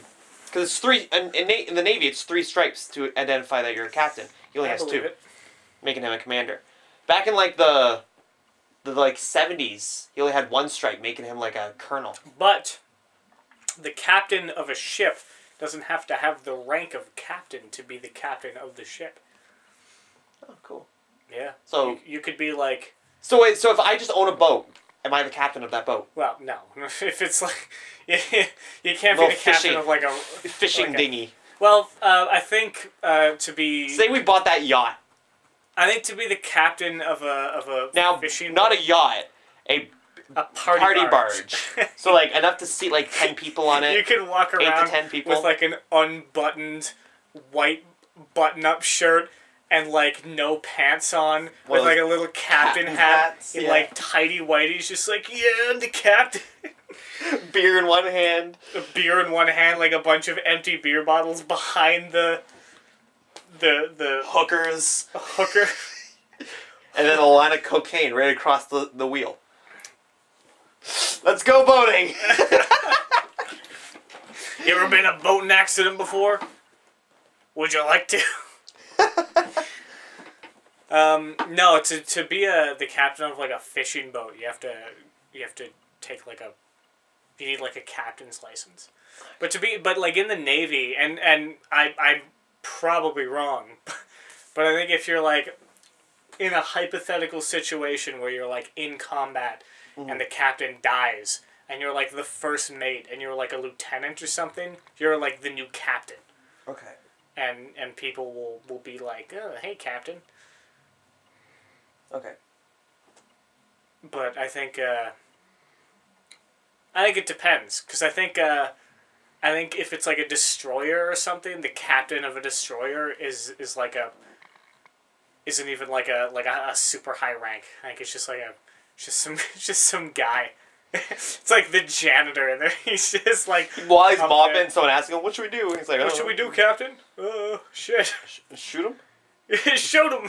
Speaker 1: because it's three in, in, na- in the navy it's three stripes to identify that you're a captain he only
Speaker 2: I
Speaker 1: has two
Speaker 2: believe it.
Speaker 1: making him a commander back in like the the like 70s he only had one stripe making him like a colonel
Speaker 2: But the captain of a ship doesn't have to have the rank of captain to be the captain of the ship.
Speaker 1: oh cool
Speaker 2: Yeah.
Speaker 1: So-
Speaker 2: you, you could be like,
Speaker 1: so wait so if i just own a boat am i the captain of that boat
Speaker 2: well, no. <laughs> if it's like, <laughs> you can't
Speaker 1: Little
Speaker 2: be the captain
Speaker 1: fishing-
Speaker 2: of like
Speaker 1: <laughs>
Speaker 2: a
Speaker 1: fishing
Speaker 2: Okay.
Speaker 1: dinghy
Speaker 2: Well, uh, I think uh, to be
Speaker 1: say we bought that yacht
Speaker 2: I think to be the captain of a of a
Speaker 1: now
Speaker 2: fishing
Speaker 1: not a yacht a
Speaker 2: a party,
Speaker 1: party
Speaker 2: barge.
Speaker 1: barge,
Speaker 2: <laughs>
Speaker 1: so like enough to seat like 10 people on
Speaker 2: you
Speaker 1: it
Speaker 2: could walk
Speaker 1: to
Speaker 2: around
Speaker 1: 10 people.
Speaker 2: with like an unbuttoned white button up shirt and like no pants on
Speaker 1: One
Speaker 2: with
Speaker 1: of
Speaker 2: like
Speaker 1: those
Speaker 2: a little captain
Speaker 1: captain
Speaker 2: hat
Speaker 1: hats,
Speaker 2: in
Speaker 1: yeah.
Speaker 2: like tidy whities just like yeah I'm the captain <laughs>
Speaker 1: beer in one hand
Speaker 2: a beer in one hand like a bunch of empty beer bottles behind the the
Speaker 1: <laughs>
Speaker 2: the
Speaker 1: hookers
Speaker 2: hooker
Speaker 1: and then a line of cocaine right across the, the wheel. Let's go
Speaker 2: <laughs>
Speaker 1: boating! <laughs>
Speaker 2: You ever been in a boating accident before? Would you like to? <laughs> um, no, to, to be a the captain of like a fishing boat, you have to you have to take like a you need like a captain's license. But to be but like in the navy and and I I'm probably wrong, <laughs> but I think if you're like in a hypothetical situation where you're like in combat and the captain dies and you're like the first mate and you're like a lieutenant or something, you're like the new captain.
Speaker 1: okay.
Speaker 2: And and people will, will be like, oh, hey, captain.
Speaker 1: Okay.
Speaker 2: But I think uh, I think it depends because I think uh, I think if it's like a destroyer or something, the captain of a destroyer is is like a isn't even like a like a, a super high rank. I think it's just like a just some <laughs> just some guy. <laughs> it's like the janitor, and then <laughs> he's just like,
Speaker 1: While he's
Speaker 2: Okay.
Speaker 1: mopping, someone asking him, "What should we do?" And he's like,
Speaker 2: "What should we do, Captain? Oh shit! <laughs>
Speaker 1: do? Shoot him." <laughs>
Speaker 2: Shoot him!"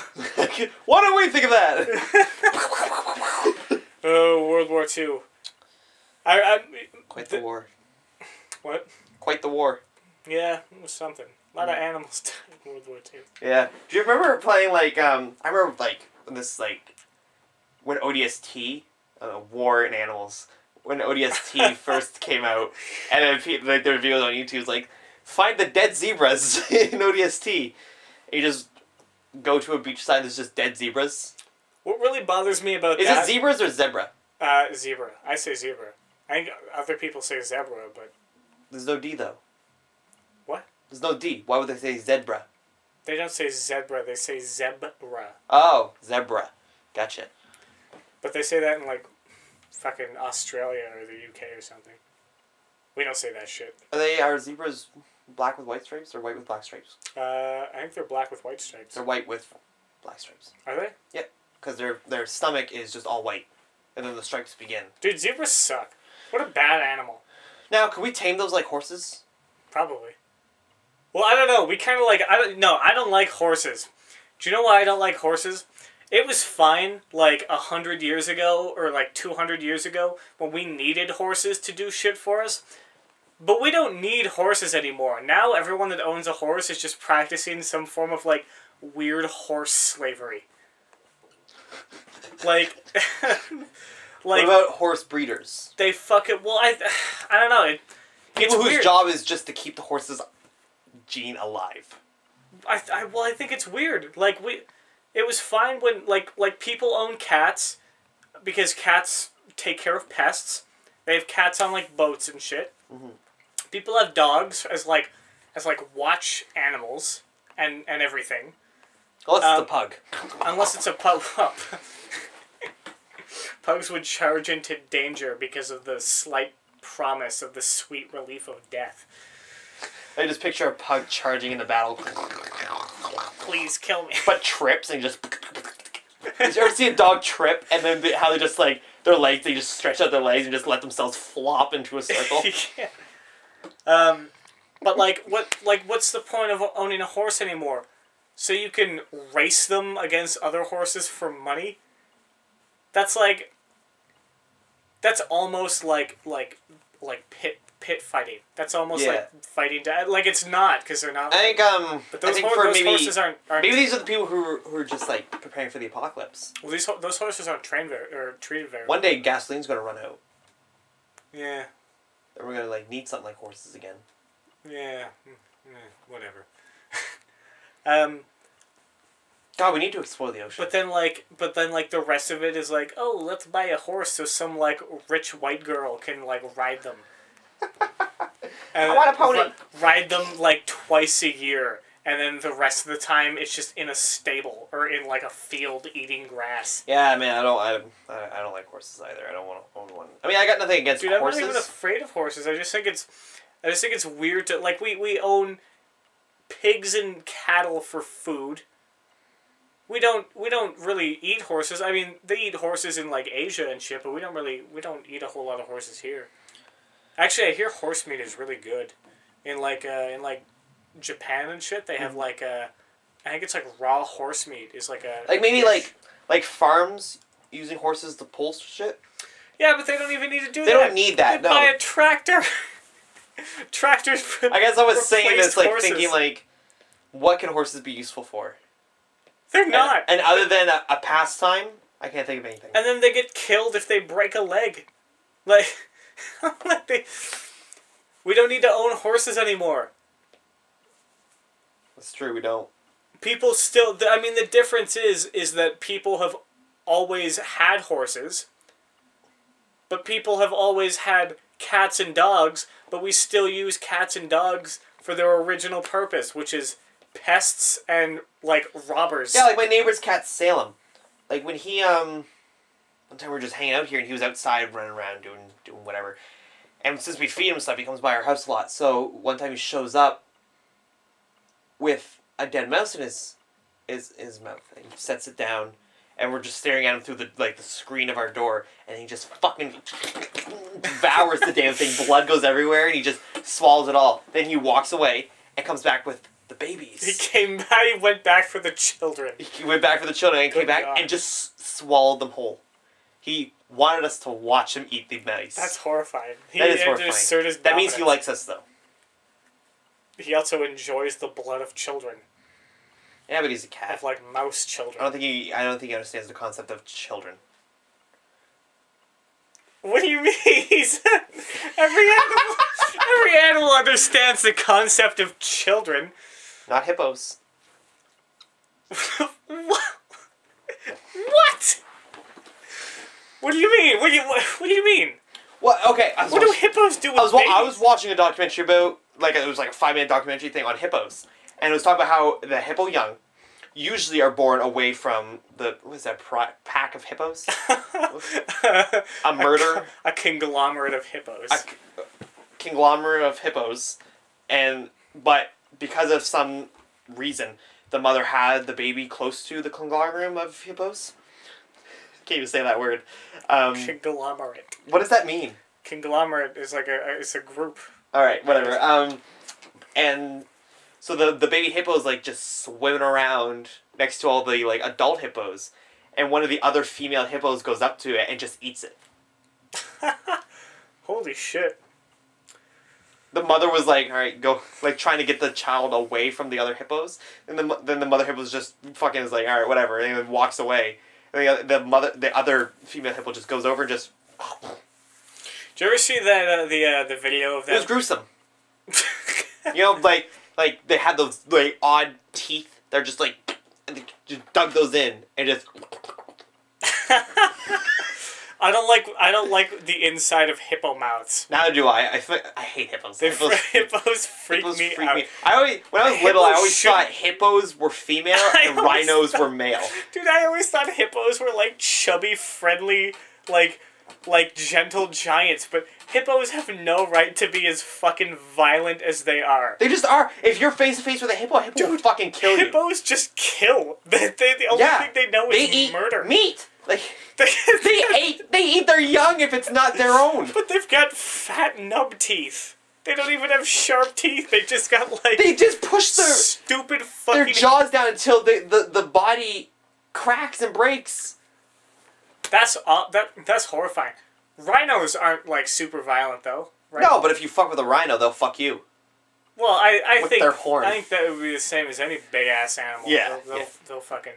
Speaker 2: <laughs>
Speaker 1: Why don't we think of that?
Speaker 2: Oh, World War Two. I, I
Speaker 1: <laughs> Quite the war.
Speaker 2: what?
Speaker 1: Quite the war.
Speaker 2: Yeah, it was something. A lot of
Speaker 1: Mm.
Speaker 2: animals <laughs> died in World War Two.
Speaker 1: Yeah. Do you remember playing like um? I remember like when this like when ODST, uh, War and Animals, when
Speaker 2: <laughs>
Speaker 1: ODST first came out, and then pe- like the videos on YouTube is like, find the dead zebras <laughs> in ODST. And you just go to a beach side. There's just dead zebras.
Speaker 2: What really bothers me about
Speaker 1: Is
Speaker 2: that?
Speaker 1: it zebras or zebra?
Speaker 2: Uh, zebra. I say zebra. I think other people say zebra, but
Speaker 1: There's no D though.
Speaker 2: What?
Speaker 1: There's no D. Why would they say zebra?
Speaker 2: they don't say zebra. They say zebra.
Speaker 1: Oh, zebra. Gotcha.
Speaker 2: But they say that in like fucking Australia or the UK or something. We don't say that shit.
Speaker 1: Are they are zebras black with white stripes or white with black stripes?
Speaker 2: Uh, I think they're black with white stripes.
Speaker 1: They're white with black stripes.
Speaker 2: Are they?
Speaker 1: because their their stomach is just all white, and then the stripes begin.
Speaker 2: Dude, zebras suck. What a bad animal.
Speaker 1: Now, can we tame those like horses?
Speaker 2: Probably. Well, I don't know. We kind of like I don't no. I don't like horses. Do you know why I don't like horses? It was fine like a hundred years ago or like two hundred years ago when we needed horses to do shit for us. But we don't need horses anymore. Now everyone that owns a horse is just practicing some form of like weird horse slavery. Like, <laughs>
Speaker 1: What
Speaker 2: like
Speaker 1: about horse breeders?
Speaker 2: they fuck it. Well, I, <sighs> I don't know. It, it's
Speaker 1: People whose
Speaker 2: weird.
Speaker 1: job is just to keep the horse's gene alive.
Speaker 2: I, I well, I think it's weird. Like we, it was fine when like like people own cats, because cats take care of pests. They have cats on like boats and shit. People have dogs as like as like watch animals and and everything.
Speaker 1: Unless
Speaker 2: Um,
Speaker 1: it's a pug.
Speaker 2: Unless it's a pug. <laughs> well, Pugs would charge into danger because of the slight promise of the sweet relief of death.
Speaker 1: I just picture a pug charging into battle,
Speaker 2: Please kill me.
Speaker 1: but trips and just. Did you ever see a dog trip and then they, how they just like their legs? They just stretch out their legs and just let themselves flop into a circle.
Speaker 2: <laughs> yeah. Um, but like, what like what's the point of owning a horse anymore? So you can race them against other horses for money. That's like. That's almost like like like pit pit fighting. That's almost
Speaker 1: Yeah.
Speaker 2: like fighting to like it's not because they're
Speaker 1: <laughs>
Speaker 2: not.
Speaker 1: I think um.
Speaker 2: but
Speaker 1: I
Speaker 2: those,
Speaker 1: think
Speaker 2: hor-
Speaker 1: for
Speaker 2: those
Speaker 1: maybe
Speaker 2: horses aren't aren't
Speaker 1: maybe these are the people who who are just like preparing for the apocalypse.
Speaker 2: well, these ho- those horses aren't trained very or treated very.
Speaker 1: One day gasoline's gonna run out,
Speaker 2: Yeah,
Speaker 1: and we're gonna like need something like horses again.
Speaker 2: yeah, mm, mm, whatever. <laughs> um.
Speaker 1: God, we need to explore the ocean.
Speaker 2: But then like but then like the rest of it is like, oh, let's buy a horse so some like rich white girl can like
Speaker 1: <laughs>
Speaker 2: ride them. And
Speaker 1: I want a pony.
Speaker 2: ri- ride them like twice a year and then the rest of the time it's just in a stable or in like a field eating grass.
Speaker 1: yeah, man, I don't, I don't, I I don't like horses either. I don't want to own one. I mean, I got nothing against
Speaker 2: Dude, I'm
Speaker 1: horses.
Speaker 2: not even afraid of horses. I just think it's I just think it's weird to like we we own pigs and cattle for food. We don't we don't really eat horses. I mean, they eat horses in like Asia and shit, but we don't really we don't eat a whole lot of horses here. Actually, I hear horse meat is really good. In like uh in like Japan and shit, they have
Speaker 1: Mm-hmm.
Speaker 2: like uh I think it's like raw horse meat is like a
Speaker 1: like maybe
Speaker 2: dish.
Speaker 1: like like farms using horses to pull shit.
Speaker 2: Yeah, but they don't even need to do
Speaker 1: They
Speaker 2: that.
Speaker 1: don't need that.
Speaker 2: They buy
Speaker 1: No,
Speaker 2: a tractor. <laughs> Tractors. for-
Speaker 1: I guess I was saying
Speaker 2: replace
Speaker 1: this like
Speaker 2: horses.
Speaker 1: thinking like, what can horses be useful for?
Speaker 2: they're
Speaker 1: And-
Speaker 2: not.
Speaker 1: And, other than a, a pastime, I can't think of anything.
Speaker 2: And then they get killed if they break a leg. Like, <laughs> like they, we don't need to own horses anymore.
Speaker 1: It's true. We don't.
Speaker 2: People still. th- I mean, the difference is is that people have always had horses, but people have always had cats and dogs. But we still use cats and dogs for their original purpose, which is pests and like robbers.
Speaker 1: Yeah, like my neighbor's cat Salem. Like when he um one time we were just hanging out here and he was outside running around doing doing whatever. And since we feed him stuff, he comes by our house a lot. So one time he shows up with a dead mouse in his his, his mouth and he sets it down and we're just staring at him through the like the screen of our door and he just fucking devours the damn thing. Blood goes everywhere and he just swallows it all. Then he walks away and comes back with the babies
Speaker 2: <laughs> He came back. He went back for the children.
Speaker 1: he went back for the children and came
Speaker 2: Good
Speaker 1: back
Speaker 2: God.
Speaker 1: and just s- swallowed them whole. He wanted us to watch him eat the mice.
Speaker 2: That's horrifying. He
Speaker 1: that is
Speaker 2: had to
Speaker 1: horrifying.
Speaker 2: assert his
Speaker 1: that means he
Speaker 2: dominance.
Speaker 1: likes us though.
Speaker 2: He also enjoys the blood of children,
Speaker 1: Yeah, but he's a cat.
Speaker 2: of like mouse
Speaker 1: I
Speaker 2: children.
Speaker 1: don't think he. I don't think he understands the concept of children.
Speaker 2: What do you mean? <laughs> He's- every animal, every animal understands the concept of children. <laughs>
Speaker 1: Not hippos.
Speaker 2: what? What? What do you mean? What do you what, what do you mean?
Speaker 1: Well, okay. I was,
Speaker 2: What do
Speaker 1: watching,
Speaker 2: hippos do with
Speaker 1: I, was wa- I
Speaker 2: babies?
Speaker 1: was watching a documentary about like it was like a five minute documentary thing on hippos, and it was talking about how the hippo young usually are born away from the what is that pri- pack of hippos?
Speaker 2: <laughs>
Speaker 1: a murder.
Speaker 2: a conglomerate of hippos.
Speaker 1: a conglomerate of hippos, and but because of some reason, the mother had the baby close to the conglomerate of hippos. Can't even say that word. Um,
Speaker 2: conglomerate.
Speaker 1: what does that mean?
Speaker 2: Conglomerate is like a, a- it's a group. <laughs>
Speaker 1: All right, whatever. Um, and So the the baby hippo is like just swimming around next to all the like adult hippos, and one of the other female hippos goes up to it and just eats it.
Speaker 2: Holy shit.
Speaker 1: The mother was like, "All right, go," <laughs> like trying to get the child away from the other hippos, and then then the mother hippo's just fucking is like, "All right, whatever," and then walks away. And the other- the mother the other female hippo just goes over and
Speaker 2: <laughs>
Speaker 1: just
Speaker 2: Did you ever see that uh, the uh, the video of
Speaker 1: it was
Speaker 2: that?
Speaker 1: gruesome. You know, like like they had those like odd teeth. They're just like and they just dug those in and just
Speaker 2: <laughs> I don't like I don't like the inside of hippo mouths.
Speaker 1: now do I. I, fi- I hate hippos.
Speaker 2: They <laughs>
Speaker 1: hippos,
Speaker 2: hippos, hippos freak
Speaker 1: hippos
Speaker 2: me
Speaker 1: freak
Speaker 2: out. <laughs>
Speaker 1: me. I always when I was
Speaker 2: Hippos
Speaker 1: little, I always
Speaker 2: should-
Speaker 1: thought hippos were female
Speaker 2: <laughs> I
Speaker 1: and
Speaker 2: always
Speaker 1: rhinos
Speaker 2: thought-
Speaker 1: were male.
Speaker 2: Dude, I always thought hippos were like chubby, friendly, like like gentle giants, but hippos have no right to be as fucking violent as they are.
Speaker 1: They just are. If you're face to face with a hippo, a hippo would fucking kill you.
Speaker 2: Hippos just kill. <laughs> They, they, the only
Speaker 1: yeah,
Speaker 2: thing they know
Speaker 1: they
Speaker 2: is
Speaker 1: eat
Speaker 2: murder. <laughs>
Speaker 1: meat. Like
Speaker 2: They, <laughs>
Speaker 1: they ate. They eat their young if it's not their own.
Speaker 2: but they've got fat nub teeth. They don't even have sharp teeth. They just got like
Speaker 1: They just push their
Speaker 2: stupid
Speaker 1: their
Speaker 2: fucking.
Speaker 1: jaws down until the the, the body cracks and breaks.
Speaker 2: that's all. That that's horrifying. Rhinos aren't like super violent though. Right?
Speaker 1: No, but if you fuck with a rhino, they'll fuck you.
Speaker 2: Well, I, I
Speaker 1: With
Speaker 2: think
Speaker 1: their horn.
Speaker 2: I think that would be the same as any big ass animal.
Speaker 1: Yeah,
Speaker 2: They'll, they'll,
Speaker 1: yeah.
Speaker 2: they'll fucking.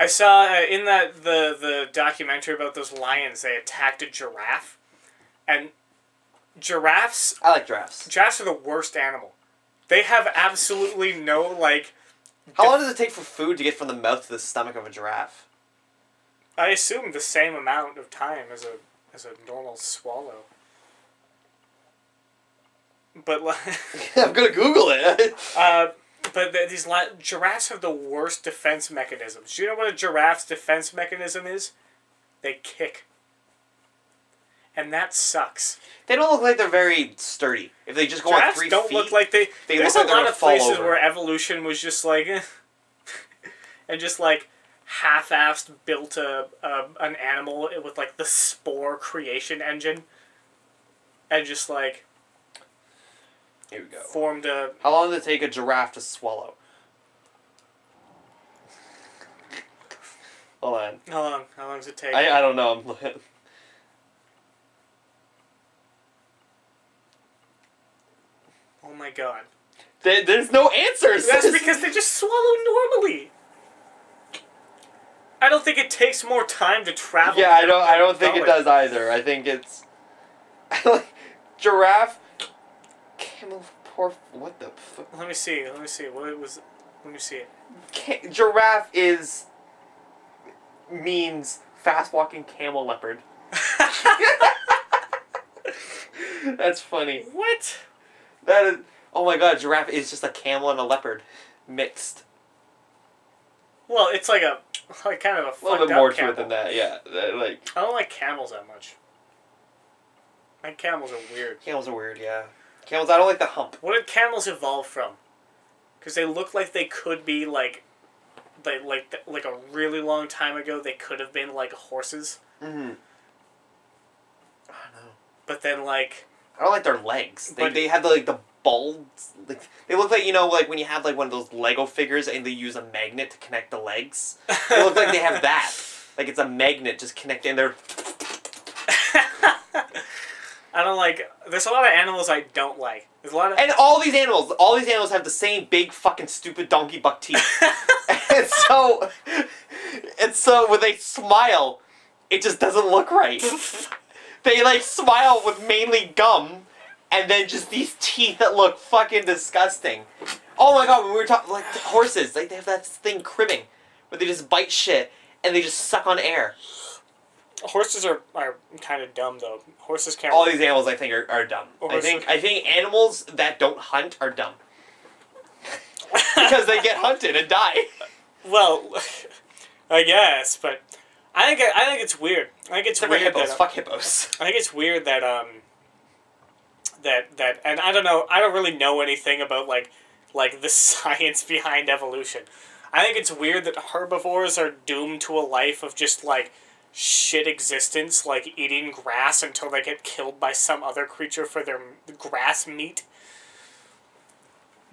Speaker 2: I saw uh, in that the the documentary about those lions. They attacked a giraffe, and giraffes
Speaker 1: I like giraffes.
Speaker 2: giraffes are the worst animal. They have absolutely no like.
Speaker 1: How long does it take for food to get from the mouth to the stomach of a giraffe? <laughs>
Speaker 2: I assume the same amount of time as a as a normal swallow. But like.
Speaker 1: I'm gonna Google it.
Speaker 2: <laughs>
Speaker 1: <laughs>
Speaker 2: Uh, but th- these li- giraffes have the worst defense mechanisms. Do you know what a giraffe's defense mechanism is? They kick. And that sucks.
Speaker 1: they don't look like they're very sturdy. If they just go on
Speaker 2: Giraffes
Speaker 1: 3
Speaker 2: don't
Speaker 1: feet,
Speaker 2: look like they.
Speaker 1: they
Speaker 2: there's
Speaker 1: look like
Speaker 2: a
Speaker 1: they're
Speaker 2: lot
Speaker 1: gonna
Speaker 2: of
Speaker 1: fall
Speaker 2: places
Speaker 1: over.
Speaker 2: where evolution was just like, eh, <laughs> and just like half-assed built a, a an animal with like the spore creation engine, and just like
Speaker 1: Here we go.
Speaker 2: formed a
Speaker 1: How long does it take a giraffe to swallow? Hold on.
Speaker 2: how long? How long does it take?
Speaker 1: I, uh, I don't know. <laughs> I'm looking.
Speaker 2: oh my god.
Speaker 1: There, there's no answers. <laughs>
Speaker 2: That's because they just swallow normally. I don't think it takes more time to travel.
Speaker 1: Yeah, I don't. I
Speaker 2: than
Speaker 1: don't think it
Speaker 2: going.
Speaker 1: does either. I think it's <laughs> giraffe, camel, por- What the? F-
Speaker 2: Let me see. Let me see. What it was? Let me see <laughs> it.
Speaker 1: ca- giraffe is means fast walking camel leopard. <laughs> That's funny.
Speaker 2: What?
Speaker 1: That is. Oh my god, giraffe is just a camel and a leopard mixed.
Speaker 2: Well, it's like a like kind of a
Speaker 1: A little
Speaker 2: fucked
Speaker 1: bit
Speaker 2: up
Speaker 1: more to
Speaker 2: camel.
Speaker 1: it than that. Yeah, That, like
Speaker 2: I don't like camels that much. My camels are weird.
Speaker 1: camels are weird. Yeah, camels. I don't like the hump.
Speaker 2: What did camels evolve from? Because they look like they could be like, they like like a really long time ago. They could have been like horses,
Speaker 1: Mm-hmm. I don't know.
Speaker 2: but then like
Speaker 1: I don't like their legs. They,
Speaker 2: But-
Speaker 1: they have the, like the bulbs. Like they look like you know like when you have like one of those Lego figures and they use a magnet to connect the legs. They look like they
Speaker 2: <laughs>
Speaker 1: have <laughs> that. Like it's a magnet just connecting. They're
Speaker 2: I don't like. There's a lot of animals I don't like. There's a lot of. <laughs>
Speaker 1: and all these animals, all these animals have the same big fucking stupid donkey buck teeth. <laughs> and so, and so when they smile, it just doesn't look <laughs> right. they like smile with mainly gum, and then just these teeth that look fucking disgusting. Oh my god, when we were talking like the horses, like they have that thing cribbing, where they just bite shit and they just suck on air.
Speaker 2: Horses are, are kind of dumb though. Horses can't.
Speaker 1: All these animals, I think, are, are dumb. I
Speaker 2: Horses.
Speaker 1: think I think animals that don't hunt are
Speaker 2: <laughs>
Speaker 1: dumb because they get hunted and
Speaker 2: <laughs>
Speaker 1: die.
Speaker 2: well, <laughs> I guess, but I think I think it's weird. I think it's
Speaker 1: Except for
Speaker 2: weird
Speaker 1: hippos.
Speaker 2: that
Speaker 1: Fuck
Speaker 2: <laughs>
Speaker 1: hippos.
Speaker 2: I think it's weird that um that that and I don't know. I don't really know anything about like like the <laughs> science behind evolution. I think it's weird that herbivores are doomed to a life of just like shit existence, like eating grass until they get killed by some other creature for their grass meat.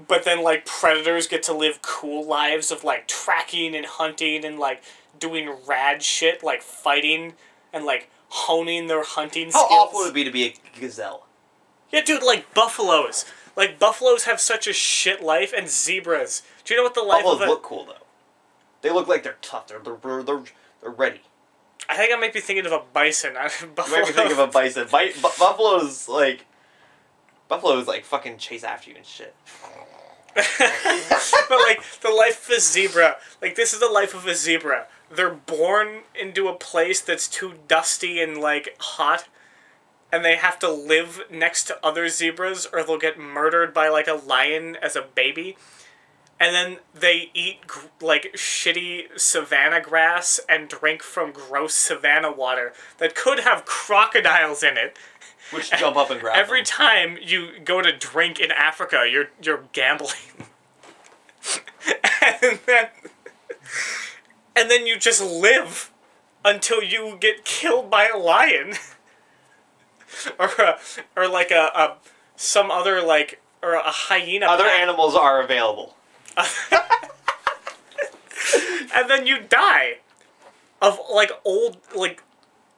Speaker 2: but then like predators get to live cool lives of like tracking and hunting and like doing rad shit like fighting and like honing their hunting
Speaker 1: How
Speaker 2: skills.
Speaker 1: awful would it be to be a gazelle?
Speaker 2: Yeah, dude, like buffaloes. Like buffaloes have such a shit life, and zebras. Do you know what the life
Speaker 1: Buffaloes
Speaker 2: of a?
Speaker 1: Oh, look cool though. They look like they're tough. They're they're they're, they're ready.
Speaker 2: I think I might be thinking of a bison. <laughs> I-
Speaker 1: You
Speaker 2: buffalo.
Speaker 1: might be thinking of a bison. Bi- bu- buffaloes like buffaloes like fucking chase after you and shit.
Speaker 2: <laughs> but like the life of a zebra. Like this is the life of a zebra. They're born into a place that's too dusty and like hot, and they have to live next to other zebras, or they'll get murdered by like a lion as a baby. And then they eat gr- like shitty savanna grass and drink from gross savanna water that could have crocodiles in it.
Speaker 1: Which jump up and grab.
Speaker 2: E-, Every
Speaker 1: them.
Speaker 2: time you go to drink in Africa, you're you're gambling. <laughs> and then and then you just live until you get killed by a lion <laughs> or a, or like a, a some other like or a hyena
Speaker 1: other
Speaker 2: pack.
Speaker 1: animals are available.
Speaker 2: and then you die of like old like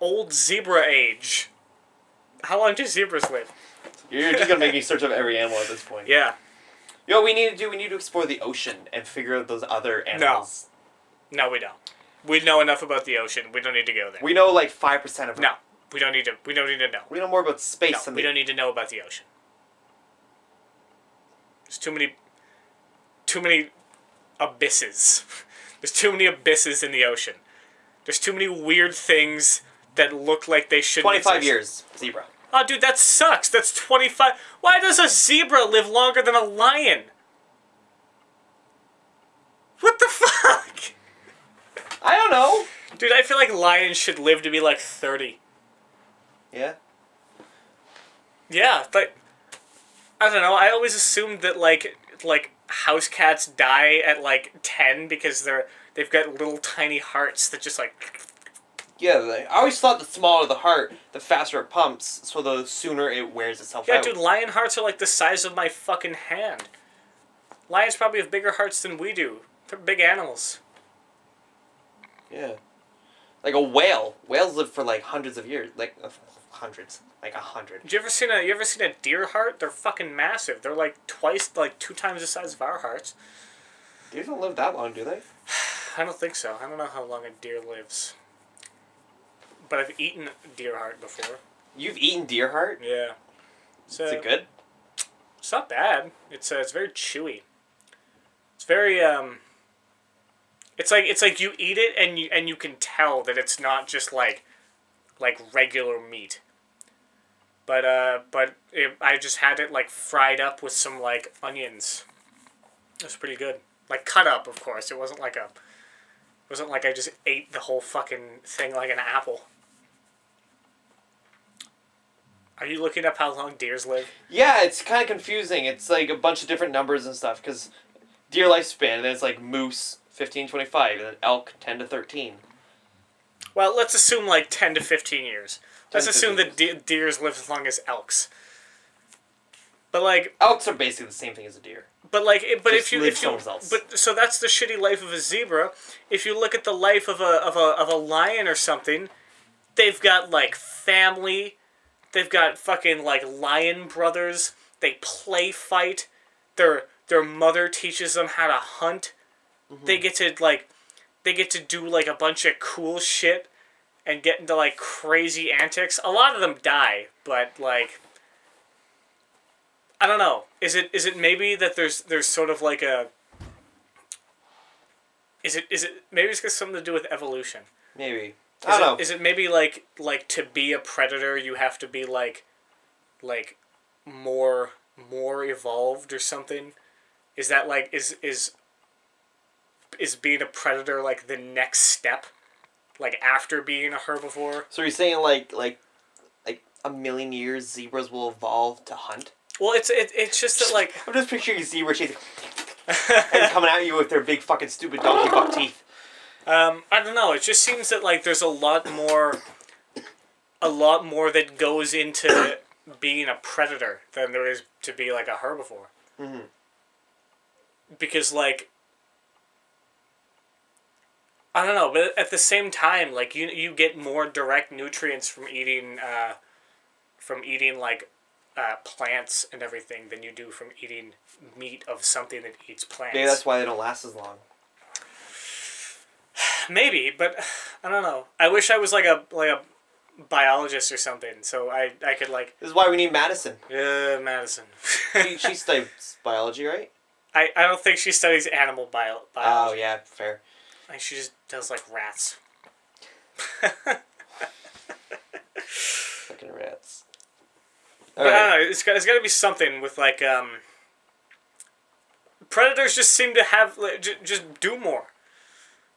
Speaker 2: old zebra age. How long do zebras live?
Speaker 1: You're just gonna make me search up every animal at this point.
Speaker 2: Yeah.
Speaker 1: You know what we need to do? We need to explore the ocean and figure out those other animals.
Speaker 2: No, we don't. We know enough about the ocean. We don't need to go there.
Speaker 1: We know like five percent of.
Speaker 2: no, we don't need to. We don't need to know.
Speaker 1: We know more about space
Speaker 2: No,
Speaker 1: than
Speaker 2: we
Speaker 1: the
Speaker 2: don't need to know about the ocean. There's too many, too many abysses. <laughs> There's too many abysses in the ocean. There's too many weird things that look like they shouldn't.
Speaker 1: twenty-five
Speaker 2: exist.
Speaker 1: years zebra.
Speaker 2: Oh, dude, that sucks. That's 25. Why does a zebra live longer than a lion? What the <laughs> fuck?
Speaker 1: I don't know.
Speaker 2: Dude, I feel like lions should live to be like 30.
Speaker 1: Yeah.
Speaker 2: Yeah, like I don't know. I always assumed that like like house cats die at like 10 because they're they've got little tiny hearts that just like
Speaker 1: Yeah, like, I always thought the smaller the heart, the faster it pumps, so the sooner it wears itself
Speaker 2: Yeah,
Speaker 1: out.
Speaker 2: dude, lion hearts are like the size of my fucking hand. Lions probably have bigger hearts than we do. They're big animals.
Speaker 1: Yeah. Like a whale. Whales live for like hundreds of years. Like uh, hundreds. Like a hundred.
Speaker 2: Did you ever seen a you ever seen a deer heart? They're fucking massive. They're like twice like two times the size of our hearts.
Speaker 1: They don't live that long, do they?
Speaker 2: I don't think so. I don't know how long a deer lives. But I've eaten deer heart before.
Speaker 1: You've eaten deer heart?
Speaker 2: Yeah. So
Speaker 1: Is it good?
Speaker 2: It's not bad. It's uh, it's very chewy. It's very um. It's like it's like you eat it and you and you can tell that it's not just like, like regular meat. But uh, but it, I just had it like fried up with some like onions. It was pretty good. Like cut up, of course. It wasn't like a. It wasn't like I just ate the whole fucking thing like an apple. Are you looking up how long deers live?
Speaker 1: Yeah, it's kind of confusing. It's like a bunch of different numbers and stuff because deer lifespan, and then it's like moose 15, 25, and then elk 10 to 13.
Speaker 2: Well, let's assume like 10 to 15 years.
Speaker 1: 10
Speaker 2: Let's
Speaker 1: to
Speaker 2: assume
Speaker 1: 15
Speaker 2: that de- deers live as long as elks. But like,
Speaker 1: Elks are basically the same thing as a deer.
Speaker 2: but like, it- but
Speaker 1: Just
Speaker 2: if you
Speaker 1: live
Speaker 2: if you
Speaker 1: somewhere else.
Speaker 2: but so that's the shitty life of a zebra. If you look at the life of a of a of a lion or something, they've got like family, they've got fucking like lion brothers. They play fight. Their their mother teaches them how to hunt. They get to like, they get to do like a bunch of cool shit and get into like crazy antics. A lot of them die, but like I don't know. Is it is it maybe that there's there's sort of like a is it is it maybe it's got something to do with evolution.
Speaker 1: Maybe.
Speaker 2: Is
Speaker 1: I don't
Speaker 2: it,
Speaker 1: know.
Speaker 2: Is it maybe like like to be a predator you have to be like like more more evolved or something? Is that like is is is being a predator like the next step? Like after being a herbivore?
Speaker 1: So you're saying like like like a million years zebras will evolve to hunt?
Speaker 2: Well, it's it, it's just that <laughs> like
Speaker 1: I'm just picturing a zebra chasing and coming at you with their big fucking stupid donkey buck teeth.
Speaker 2: Um, I don't know. It just seems that like there's a lot more, a lot more that goes <coughs> into being a predator than there is to be like a herbivore. because like I don't know, but at the same time, like you you get more direct nutrients from eating uh, from eating like uh, plants and everything than you do from eating meat of something that eats plants.
Speaker 1: Maybe that's why they don't last as long.
Speaker 2: Maybe, but <sighs> I don't know. I wish I was like a like a biologist or something, so I I could like
Speaker 1: This is why we need Madison.
Speaker 2: uh, Madison. <laughs>
Speaker 1: She, she studies biology, right?
Speaker 2: I I don't think she studies animal bio
Speaker 1: Oh
Speaker 2: biology.
Speaker 1: yeah, fair.
Speaker 2: Like she just does like
Speaker 1: <laughs>
Speaker 2: rats.
Speaker 1: Fucking rats. All
Speaker 2: But I
Speaker 1: right.
Speaker 2: don't know. It's got, it's got to be something with like um. Predators just seem to have like, j- just do more.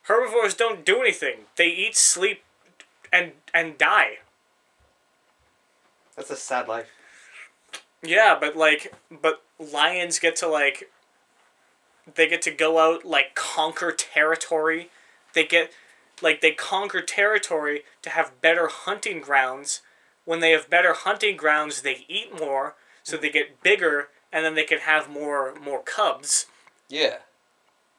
Speaker 2: Herbivores don't do anything. They eat, sleep, and and die.
Speaker 1: That's a sad life.
Speaker 2: Yeah, but like, but lions get to like. They get to go out like conquer territory. They get, like, they conquer territory to have better hunting grounds. When they have better hunting grounds, they eat more, so they get bigger, and then they can have more more cubs,
Speaker 1: Yeah.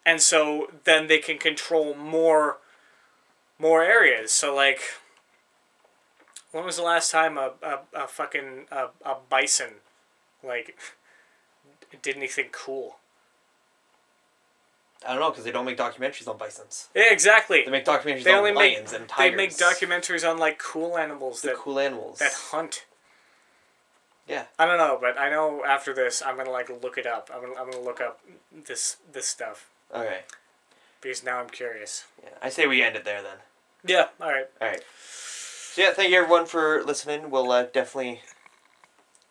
Speaker 2: and so then they can control more, more areas. So like. When was the last time a, a, a fucking a, a bison like did anything cool.
Speaker 1: I don't know because they don't make documentaries on bisons.
Speaker 2: Yeah, exactly.
Speaker 1: They make documentaries
Speaker 2: They
Speaker 1: on
Speaker 2: only make
Speaker 1: lions and tigers.
Speaker 2: they make documentaries on like cool animals
Speaker 1: the
Speaker 2: that
Speaker 1: cool animals.
Speaker 2: that hunt.
Speaker 1: Yeah.
Speaker 2: I don't know, but I know after this I'm gonna like look it up. I'm gonna, I'm gonna look up this this stuff
Speaker 1: Okay.
Speaker 2: because now I'm curious.
Speaker 1: Yeah. I say we end it there then.
Speaker 2: Yeah. All right.
Speaker 1: All right. So yeah, thank you everyone for listening. We'll uh, definitely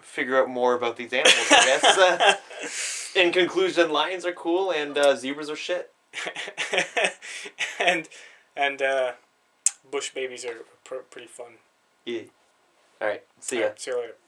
Speaker 1: figure out more about these animals. I guess. Uh, <laughs>
Speaker 2: <laughs>
Speaker 1: in conclusion, lions are cool and uh, zebras are shit.
Speaker 2: <laughs> and and uh, bush babies are pr- pretty fun.
Speaker 1: Yeah. All right. See ya.
Speaker 2: Alright, see you later.